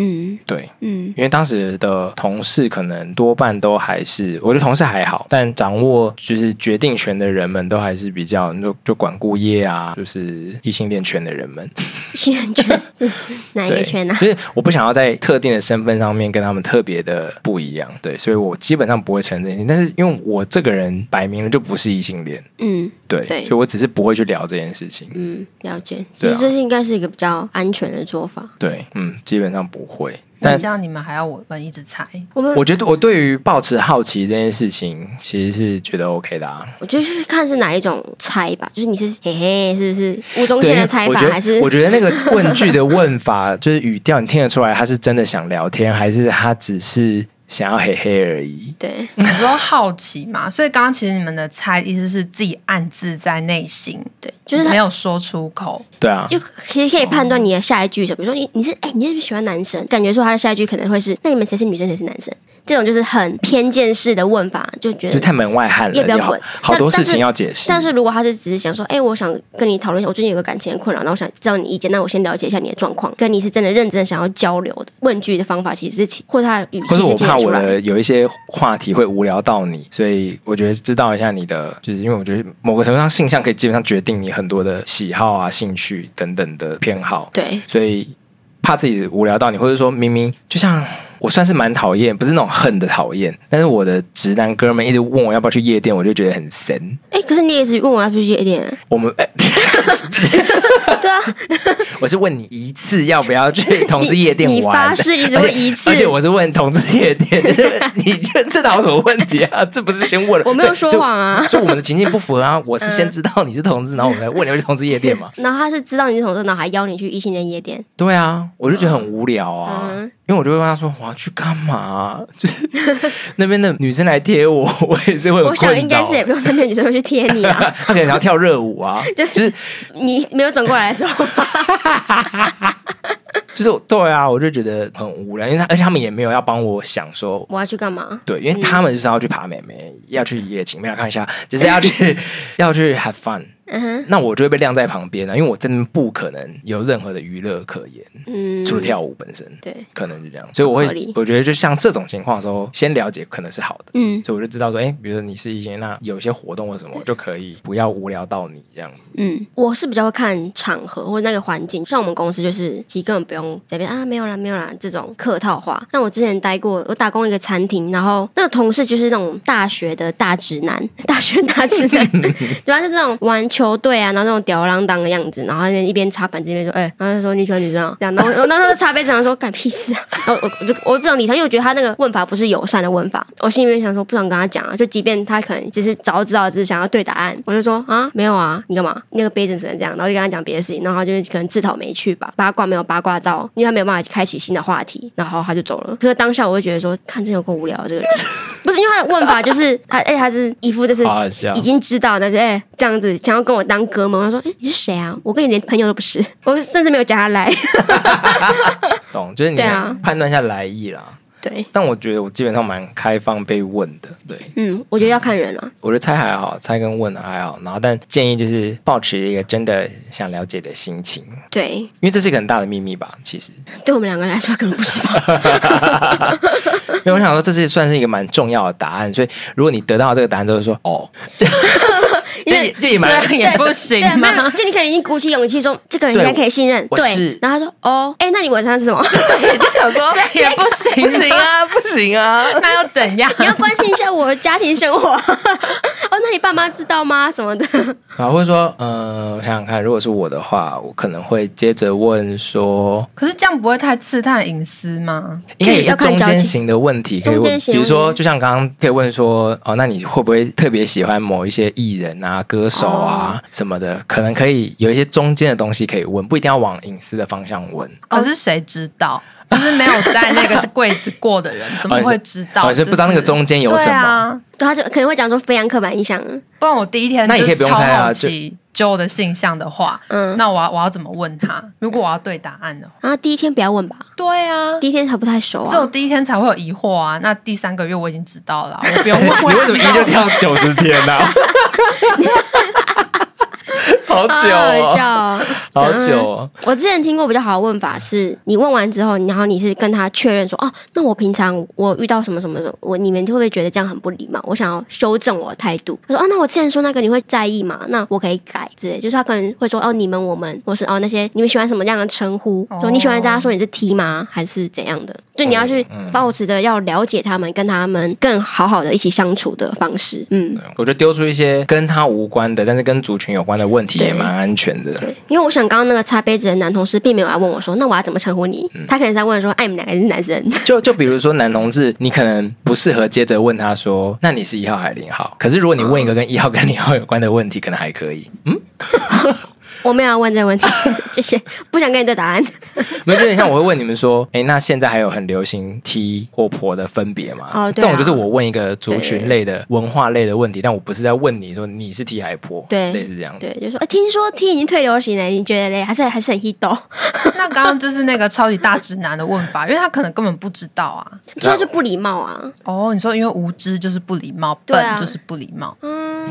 [SPEAKER 2] 嗯
[SPEAKER 5] 对，
[SPEAKER 2] 嗯，
[SPEAKER 5] 因为当时的同事可能多半都还是，我觉得同事还好，但掌握就是决定权的人们都还是比较就就管顾业啊，就是异性恋圈的人们，
[SPEAKER 2] 新人圈是 哪一个圈呢、啊？
[SPEAKER 5] 对就是我不想要在特定的身份上面跟他们特别的不一样，对，所以我基本上不会承认，但是因为我这个人摆明了就不是异性恋，
[SPEAKER 2] 嗯
[SPEAKER 5] 对，
[SPEAKER 2] 对
[SPEAKER 5] 所以我只是不会去聊这件事情，
[SPEAKER 2] 嗯，了解。其
[SPEAKER 5] 对啊
[SPEAKER 2] 实这是应该是一个比较安全的做法。
[SPEAKER 5] 对，嗯，基本上不会，
[SPEAKER 6] 那
[SPEAKER 5] 但
[SPEAKER 6] 这样你们还要我们一直猜？
[SPEAKER 2] 我们
[SPEAKER 5] 我觉得我对于保持好奇这件事情，其实是觉得 OK 的、啊。
[SPEAKER 2] 我觉得是看是哪一种猜吧，就是你是嘿嘿，是不是吴宗宪的猜
[SPEAKER 5] 我
[SPEAKER 2] 法，
[SPEAKER 5] 觉得
[SPEAKER 2] 还是
[SPEAKER 5] 我觉得那个 问句的问法，就是语调，你听得出来他是真的想聊天，还是他只是想要嘿嘿而已。
[SPEAKER 2] 对，
[SPEAKER 6] 你说好奇嘛？所以刚刚其实你们的猜意思是自己暗自在内心，
[SPEAKER 2] 对，就是他
[SPEAKER 6] 没有说出口。
[SPEAKER 5] 对啊，
[SPEAKER 2] 就其实可以判断你的下一句是什么。比如说你你是哎、你是不是喜欢男生？感觉说他的下一句可能会是那你们谁是女生谁是男生？这种就是很偏见式的问法，就觉
[SPEAKER 5] 就
[SPEAKER 2] 得
[SPEAKER 5] 太门外汉了，
[SPEAKER 2] 也不要
[SPEAKER 5] 好
[SPEAKER 2] 滚
[SPEAKER 5] 好
[SPEAKER 2] 但
[SPEAKER 5] 多事
[SPEAKER 2] 但是
[SPEAKER 5] 情要解释。
[SPEAKER 2] 但是如果他是只是想说，哎、我想跟你讨论一下，我最近有个感情的困扰，然后我想知道你意见，那我先了解一下你的状况，跟你是真的认真想要交流的问句的方法，其实是或者他的语气
[SPEAKER 5] 或是我
[SPEAKER 2] 听
[SPEAKER 5] 怕
[SPEAKER 2] 得
[SPEAKER 5] 我
[SPEAKER 2] 出来。
[SPEAKER 5] 的有一些话题会无聊到你，所以我觉得知道一下你的，就是因为我觉得某个程度上性向可以基本上决定你很多的喜好啊、兴趣等等的偏好，
[SPEAKER 2] 对，
[SPEAKER 5] 所以怕自己无聊到你，或者说明明就像。我算是蛮讨厌，不是那种恨的讨厌，但是我的直男哥们一直问我要不要去夜店，我就觉得很神。
[SPEAKER 2] 哎、可是你也是问我要不要去夜店、 啊，
[SPEAKER 5] 我们、
[SPEAKER 2] 对啊，
[SPEAKER 5] 我是问你一次要不要去同志夜店玩？
[SPEAKER 2] 你发誓一直会一次
[SPEAKER 5] 而且，而且我是问同志夜店，就是你这这哪有什么问题啊？这不是先问了？
[SPEAKER 2] 我没有
[SPEAKER 5] 对
[SPEAKER 2] 说
[SPEAKER 5] 就
[SPEAKER 2] 谎啊
[SPEAKER 5] 就我们的情境不符合啊。我是先知道你是同志，然后我才问你要去同志夜店嘛？
[SPEAKER 2] 然后他是知道你是同事，然后还邀你去异性恋夜店，
[SPEAKER 5] 对啊，我就觉得很无聊啊，
[SPEAKER 2] 嗯
[SPEAKER 5] 因为我就会问他说我要去干嘛、啊 就是那边的女生来贴我， 我也是会很
[SPEAKER 2] 我想
[SPEAKER 5] 困
[SPEAKER 2] 应该是也
[SPEAKER 5] 扰
[SPEAKER 2] 不用那边女生会去贴你啊。
[SPEAKER 5] 他可能想要跳热舞啊，
[SPEAKER 2] 就
[SPEAKER 5] 就是
[SPEAKER 2] 是你没有转过来的时 候，
[SPEAKER 5] 就是我对啊，我就觉得很无聊，因为他而且他们也没有要帮我想说
[SPEAKER 2] 我要去干嘛？
[SPEAKER 5] 对，因为他们就是要去爬美眉，要去夜景，没有看一下，只是要去 要去 have fun。
[SPEAKER 2] 嗯哼，
[SPEAKER 5] 那我就会被晾在旁边了、啊因为我真的不可能有任何的娱乐可言，
[SPEAKER 2] 嗯，
[SPEAKER 5] 除了跳舞本身，
[SPEAKER 2] 对，
[SPEAKER 5] 可能是这样。所以我
[SPEAKER 2] 合
[SPEAKER 5] 会
[SPEAKER 2] 理，
[SPEAKER 5] 我觉得就像这种情况的时候，先了解可能是好的。
[SPEAKER 2] 嗯
[SPEAKER 5] 所以我就知道说，哎、比如说你是一些那有一些活动或什么，就可以不要无聊到你这样子。
[SPEAKER 2] 嗯，我是比较会看场合或者那个环境，像我们公司就是其实根本不用这边啊，没有啦，没有啦这种客套话。那我之前待过，我打工一个餐厅，然后那个同事就是那种大学的大直男， 大学大直男，对啊，就是那种玩球队啊，然后那种吊儿郎当的样子，然后他在一边擦板子一边说，哎、然后他说你喜欢女生啊，这样，然后我我那时候擦杯子上说干屁事啊，然后我我就我不想理他，因为我觉得他那个问法不是友善的问法，我心里面想说不想跟他讲啊，就即便他可能只是早知道只是想要对答案，我就说啊没有啊，你干嘛？那个杯子只能这样，然后就跟他讲别的事情，然后他就是可能自讨没趣吧，八卦没有八卦到，因为他没有办法开启新的话题，然后他就走了。可是当下我会觉得说，看真有够无聊、啊、这个人， 不是因为他的问法就是他哎、他是一副就是
[SPEAKER 5] 好啊好笑
[SPEAKER 2] 已经知道的，对、哎这样子想要跟我当哥们，我说哎、你是谁啊？我跟你连朋友都不是， 我甚至没有加他来，
[SPEAKER 5] 懂？就是你
[SPEAKER 2] 对啊
[SPEAKER 5] 判断一下来意啦。
[SPEAKER 2] 对。
[SPEAKER 5] 但我觉得我基本上蛮开放被问的，对。
[SPEAKER 2] 嗯，我觉得要看人了。
[SPEAKER 5] 我觉得猜还好，猜跟问还好，然后但建议就是保持一个真的想了解的心情，
[SPEAKER 2] 对，
[SPEAKER 5] 因为这是一个很大的秘密吧。其实，
[SPEAKER 2] 对我们两个来说可能不是吧。
[SPEAKER 5] 因为我想说这是算是一个蛮重要的答案，所以如果你得到这个答案之后说哦， 这这也这也
[SPEAKER 6] 这
[SPEAKER 5] 蛮
[SPEAKER 6] 样也不行
[SPEAKER 2] 对，啊没
[SPEAKER 6] 吗？
[SPEAKER 2] 有，就你可能已经鼓起勇气说这个人应该可以信任，
[SPEAKER 5] 我是
[SPEAKER 2] 对。然后他说哦，哎，那你晚上吃什么？
[SPEAKER 5] 想说
[SPEAKER 6] 这样也不行，
[SPEAKER 5] 不行，啊，不行啊，
[SPEAKER 6] 那又怎样？
[SPEAKER 2] 你要关心一下我的家庭生活。 哦，那你爸妈知道吗？什么的？
[SPEAKER 5] 然后或者说呃，我想想看，如果是我的话，我可能会接着问说，
[SPEAKER 6] 可是这样不会太刺探隐私吗？
[SPEAKER 5] 应该有一些
[SPEAKER 2] 要看
[SPEAKER 5] 中
[SPEAKER 2] 交
[SPEAKER 5] 间
[SPEAKER 2] 情
[SPEAKER 5] 型的问题可
[SPEAKER 2] 中
[SPEAKER 5] 以问
[SPEAKER 2] 间，型
[SPEAKER 5] 比如说，
[SPEAKER 2] 问
[SPEAKER 5] 就像刚刚可以问说，哦，那你会不会特别喜欢某一些艺人啊、歌手
[SPEAKER 2] 哦
[SPEAKER 5] 啊、什么的？可能可以有一些中间的东西可以问，不一定要往隐私的方向问。
[SPEAKER 6] 可是谁知道？就是没有在那个柜子过的人，怎么会知道？
[SPEAKER 5] 哦就不知道那个中间有
[SPEAKER 6] 对
[SPEAKER 5] 什么。
[SPEAKER 6] 啊，
[SPEAKER 2] 对，他就可能会讲说非常刻板印象。
[SPEAKER 6] 不然我第一天
[SPEAKER 5] 那你可以
[SPEAKER 6] 就
[SPEAKER 5] 不用
[SPEAKER 6] 超
[SPEAKER 5] 猜啊
[SPEAKER 6] 好奇揪的性向的话，
[SPEAKER 2] 嗯
[SPEAKER 6] 那我要我要怎么问他？如果我要对答案的话，
[SPEAKER 2] 然后第一天不要问吧，
[SPEAKER 6] 对啊，
[SPEAKER 2] 第一天还不太熟
[SPEAKER 6] 只有
[SPEAKER 2] 啊。
[SPEAKER 6] 第一天才会有疑惑啊。那第三个月我已经知道了啊，我 不用问。
[SPEAKER 5] 你为什么一就跳九十 天呢、啊？好久、
[SPEAKER 2] 好
[SPEAKER 5] 哦，
[SPEAKER 2] 笑哦！
[SPEAKER 5] 好久、哦。
[SPEAKER 2] 我之前听过比较好的问法是，你问完之后，然后你是跟他确认说，哦，那我平常我遇到什么什么什么，我你们会不会觉得这样很不礼貌？我想要修正我的态度。他说，哦，那我之前说那个你会在意吗？那我可以改之类，就是他可能会说，哦，你们我们，或是哦那些你们喜欢什么样的称呼？
[SPEAKER 6] 哦
[SPEAKER 2] 说你喜欢大家说你是 T 吗？还是怎样的？就你要去保持着要了解他们，跟他们更好好的一起相处的方式。嗯，
[SPEAKER 5] 我觉得丢出一些跟他无关的，但是跟族群有关的问题也蛮安全的。
[SPEAKER 2] 对，因为我想刚刚那个擦杯子的男同事并没有来问我说，那我要怎么称呼你？他可能在问说，哎，你们两个是男生。
[SPEAKER 5] 就就比如说男同志，你可能不适合接着问他说，那你是一号还是零号？可是如果你问一个跟一号跟零号有关的问题，可能还可以。嗯，
[SPEAKER 2] 我没有要问这个问题，谢谢，不想跟你对答案。
[SPEAKER 5] 没有，就有点像我会问你们说，哎、那现在还有很流行 T 或婆的分别吗？
[SPEAKER 2] 哦
[SPEAKER 5] 这
[SPEAKER 2] 对啊
[SPEAKER 5] 种就是我问一个族
[SPEAKER 2] 对
[SPEAKER 5] 群类的文化类的问题，但我不是在问你说你是 T 还是婆，
[SPEAKER 2] 对
[SPEAKER 5] 类似这
[SPEAKER 6] 嗯
[SPEAKER 5] 样子。
[SPEAKER 2] 对，就说，哎、听说 T 已经退流行了，你觉得嘞？还是还是很 hit 哦，
[SPEAKER 6] 那刚刚就是那个超级大直男的问法，因为他可能根本不知道啊。
[SPEAKER 2] 所以就不礼貌啊。
[SPEAKER 6] 哦，你说因为无知就是不礼貌，
[SPEAKER 2] 对啊
[SPEAKER 6] 笨就是不礼貌。
[SPEAKER 2] 嗯，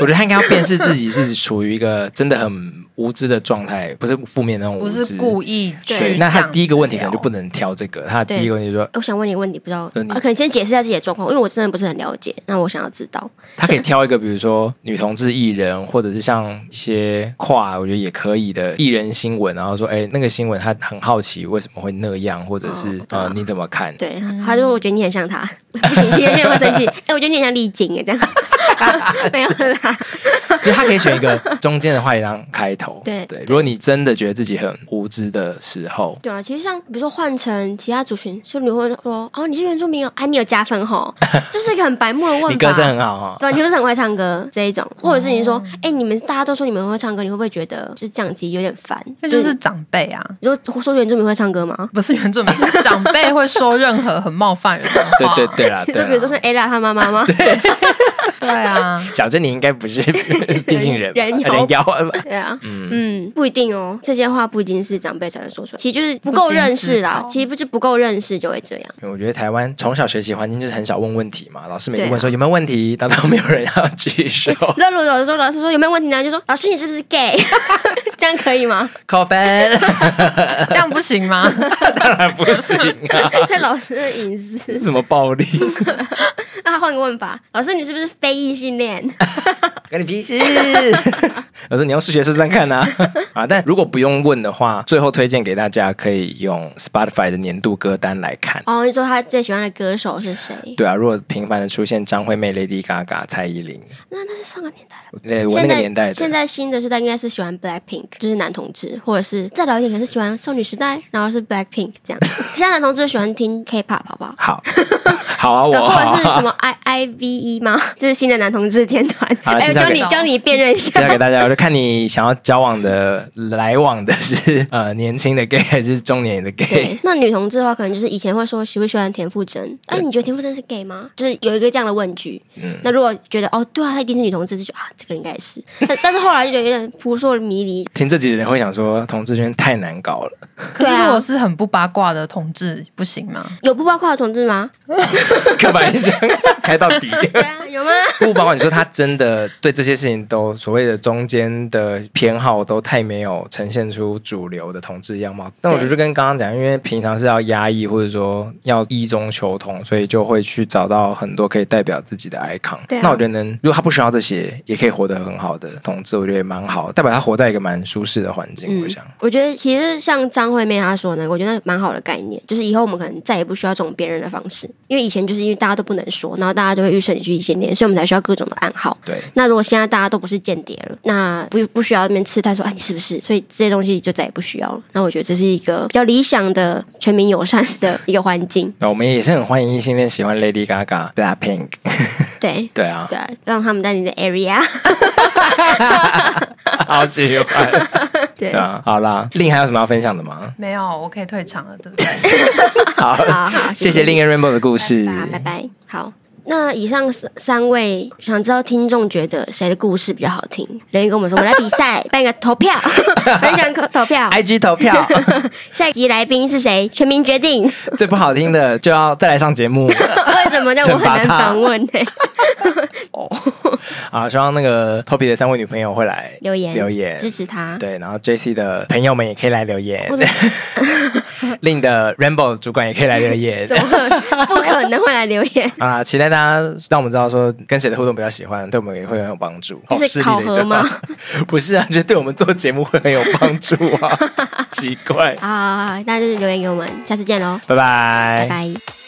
[SPEAKER 5] 我觉得他应该要辨识自己是处于一个真的很无知的状态，不是负面那种无
[SPEAKER 6] 不
[SPEAKER 5] 知。
[SPEAKER 6] 是故意去这
[SPEAKER 5] 对，
[SPEAKER 6] 样哦
[SPEAKER 5] 那他第一个问题可能就
[SPEAKER 6] 聊
[SPEAKER 5] 不能挑这个，他的第一个问题就说
[SPEAKER 2] 哎我想问你问题，不知道，
[SPEAKER 5] 嗯你
[SPEAKER 2] 呃可能先解释一下自己的状况，因为我真的不是很了解，那我想要知道。
[SPEAKER 5] 他可以挑一个，比如说女同志艺人，或者是像一些跨，我觉得也可以的艺人新闻，然后说，哎、那个新闻他很好奇为什么会那样，或者是、
[SPEAKER 2] 哦
[SPEAKER 5] 呃你怎么看？
[SPEAKER 2] 对，他就说我觉得你很像他，不行，谢面会生气。哎、我觉得你很像丽晶哎，这样 没有啦。
[SPEAKER 5] 就是他可以选一个中间的话也当开头。
[SPEAKER 2] 对
[SPEAKER 5] 对
[SPEAKER 2] 对，
[SPEAKER 5] 如果你真的觉得自己很无知的时候，
[SPEAKER 2] 对啊，其实像比如说换成其他族群，就你会说哦，你是原住民哦，哎、你有加分 吼，这是一个很白目的问法。
[SPEAKER 5] 你歌声很好哦啊、
[SPEAKER 2] 对啊，你是不是很会唱歌这一种，或者是你说，哎、你们大家都说你们会唱歌，你会不会觉得就是这样子有点烦？
[SPEAKER 6] 那就是长辈啊，
[SPEAKER 2] 你说说原住民会唱歌吗？
[SPEAKER 6] 不是原 住民，长辈会说任何很冒犯人的话。
[SPEAKER 5] 对对对 啦，
[SPEAKER 2] 就
[SPEAKER 5] 对啊啦
[SPEAKER 2] 比如说像 Ella 她妈妈 吗？
[SPEAKER 6] 对啊，
[SPEAKER 5] 小珍，你应该不是变性人吧，
[SPEAKER 2] 人妖
[SPEAKER 5] 人妖吧，
[SPEAKER 2] 对啊，嗯，不一定哦，这些话不一定是长辈才会说出来，其实就是不够
[SPEAKER 6] 不经
[SPEAKER 2] 认识
[SPEAKER 6] 思
[SPEAKER 2] 啦
[SPEAKER 6] 考，
[SPEAKER 2] 其实不是不够认识就会这样。
[SPEAKER 5] 我觉得台湾从小学习环境就是很少问问题嘛，老师每次
[SPEAKER 2] 对啊
[SPEAKER 5] 问说有没有问题，当然没有人要 举手，
[SPEAKER 2] 你知道，如果有时候老师说有没有问题呢，就说老师你是不是 gay，这样可以 吗？
[SPEAKER 5] 扣分。
[SPEAKER 6] 这样不行 吗？
[SPEAKER 5] 当然不行啊，
[SPEAKER 2] 那老师的隐私。
[SPEAKER 5] 什么暴力？
[SPEAKER 2] 那他换个问法，老师你是不是非异性 恋？
[SPEAKER 5] 跟你 屁事！我说你用数学试试看啊 啊！但如果不用问的话，最后推荐给大家可以用 Spotify 的年度歌单来看。
[SPEAKER 2] 哦，你说他最喜欢的歌手是谁？
[SPEAKER 5] 对啊，如果频繁的出现张惠妹、Lady Gaga、蔡依林，
[SPEAKER 2] 那那是上个年代了。
[SPEAKER 5] 对我那个年代的，
[SPEAKER 2] 现在新的时代应该是喜欢 Black Pink，就是男同志，或者是再老一点，可能是喜欢少女时代，然后是 Black Pink 这样。现在男同志喜欢听 K-pop，好不好？
[SPEAKER 5] 好 好啊，我
[SPEAKER 2] 或者是
[SPEAKER 5] 好啊
[SPEAKER 2] 什么 I I V E 吗？ 就是新的男同志天团。
[SPEAKER 5] 好了
[SPEAKER 2] 哎，
[SPEAKER 5] 介绍
[SPEAKER 2] 教
[SPEAKER 5] 给
[SPEAKER 2] 你教你辨认一
[SPEAKER 5] 介绍给
[SPEAKER 2] 下。
[SPEAKER 5] 大家，我就看你想要交往的、 来往的是呃年轻的 gay 还是中年的 gay？
[SPEAKER 2] 对，那女同志的话，可能就是以前会说喜不喜欢田馥甄？哎，你觉得田馥甄是 gay 吗？就是有一个这样的问句。那如果觉得哦，对啊，她一定是女同志，就觉得啊，这个人应该 是。但但是后来就觉得有点扑朔迷离。
[SPEAKER 5] 听这集的人会想说，同志圈太难搞了。
[SPEAKER 6] 可是
[SPEAKER 2] 对啊
[SPEAKER 6] 如果是很不八卦的同志，不行吗？
[SPEAKER 2] 有不包括的同志吗？
[SPEAKER 5] 刻板 印象开到底。
[SPEAKER 2] 对啊， 有吗？
[SPEAKER 5] 不包括你说他真的对这些事情都所谓的中间的偏好都太没有呈现出主流的同志样貌，但我觉得就跟刚刚讲，因为平常是要压抑或者说要一中求同，所以就会去找到很多可以代表自己的 icon。
[SPEAKER 2] 对啊
[SPEAKER 5] 那我觉得能，如果他不需要这些，也可以活得很好的同志，我觉得也蛮好，代表他活在一个蛮舒适的环境。我想，
[SPEAKER 2] 我觉得其实像张惠妹她说呢，我觉得蛮好的概念，就是以后我们可能再也不需要这种辨认的方式，因为以前就是因为大家都不能说，然后大家就会预设你是异性恋，所以我们才需要各种的暗号。
[SPEAKER 5] 对，
[SPEAKER 2] 那如果现在大家都不是间谍了，那不不需要那边刺探说，哎，你是不是？所以这些东西就再也不需要了。那我觉得这是一个比较理想的、全民友善的一个环境，
[SPEAKER 5] 那我们也是很欢迎异性恋喜欢 Lady Gaga、Blackpink。
[SPEAKER 2] 对。
[SPEAKER 5] 对啊，
[SPEAKER 2] 对啊，让他们在你的 area，
[SPEAKER 5] 好喜欢。
[SPEAKER 2] 对
[SPEAKER 5] 啊对啊，好啦，令还有什么要分享的吗？
[SPEAKER 6] 没有，我可以退场了，对不对？
[SPEAKER 5] 好，
[SPEAKER 2] 好好
[SPEAKER 5] 谢
[SPEAKER 2] 谢谢
[SPEAKER 5] 谢另一个 Rainbow 的故事，
[SPEAKER 2] 好，嗯拜拜。好，那以上三三位，想知道听众觉得谁的故事比较好听？留言跟我们说，我们来比赛，办一个投 票，分享投票，
[SPEAKER 5] IG 投 票，
[SPEAKER 2] 下一集来宾是谁，全民决 定。
[SPEAKER 5] 最不好听的就要再来上 节目
[SPEAKER 2] 为什么呢？我
[SPEAKER 5] 惩
[SPEAKER 2] 很
[SPEAKER 5] 罚
[SPEAKER 2] 难
[SPEAKER 5] 他
[SPEAKER 2] 访问呢、
[SPEAKER 5] 啊！希望那个 Toby 的三位女朋友会来
[SPEAKER 2] 留言
[SPEAKER 5] 留言
[SPEAKER 2] 支持他。
[SPEAKER 5] 对，然后 JC 的朋友们也可以来留言
[SPEAKER 2] 或者，
[SPEAKER 5] 令的 Rainbow 主管也可以来 留 言
[SPEAKER 2] 怎么不可能会来留言？
[SPEAKER 5] 啊！期待大家让我们知道说跟谁的互动比较喜欢，对我们也会很有帮助。
[SPEAKER 2] 这是考
[SPEAKER 5] 好势力的一个
[SPEAKER 2] 核吗？
[SPEAKER 5] 不是啊，就对我们做节目会很有帮助 啊！奇怪，
[SPEAKER 2] 啊，那就是留言给我们，下次见喽，
[SPEAKER 5] 拜
[SPEAKER 2] 拜
[SPEAKER 5] 拜。
[SPEAKER 2] 拜。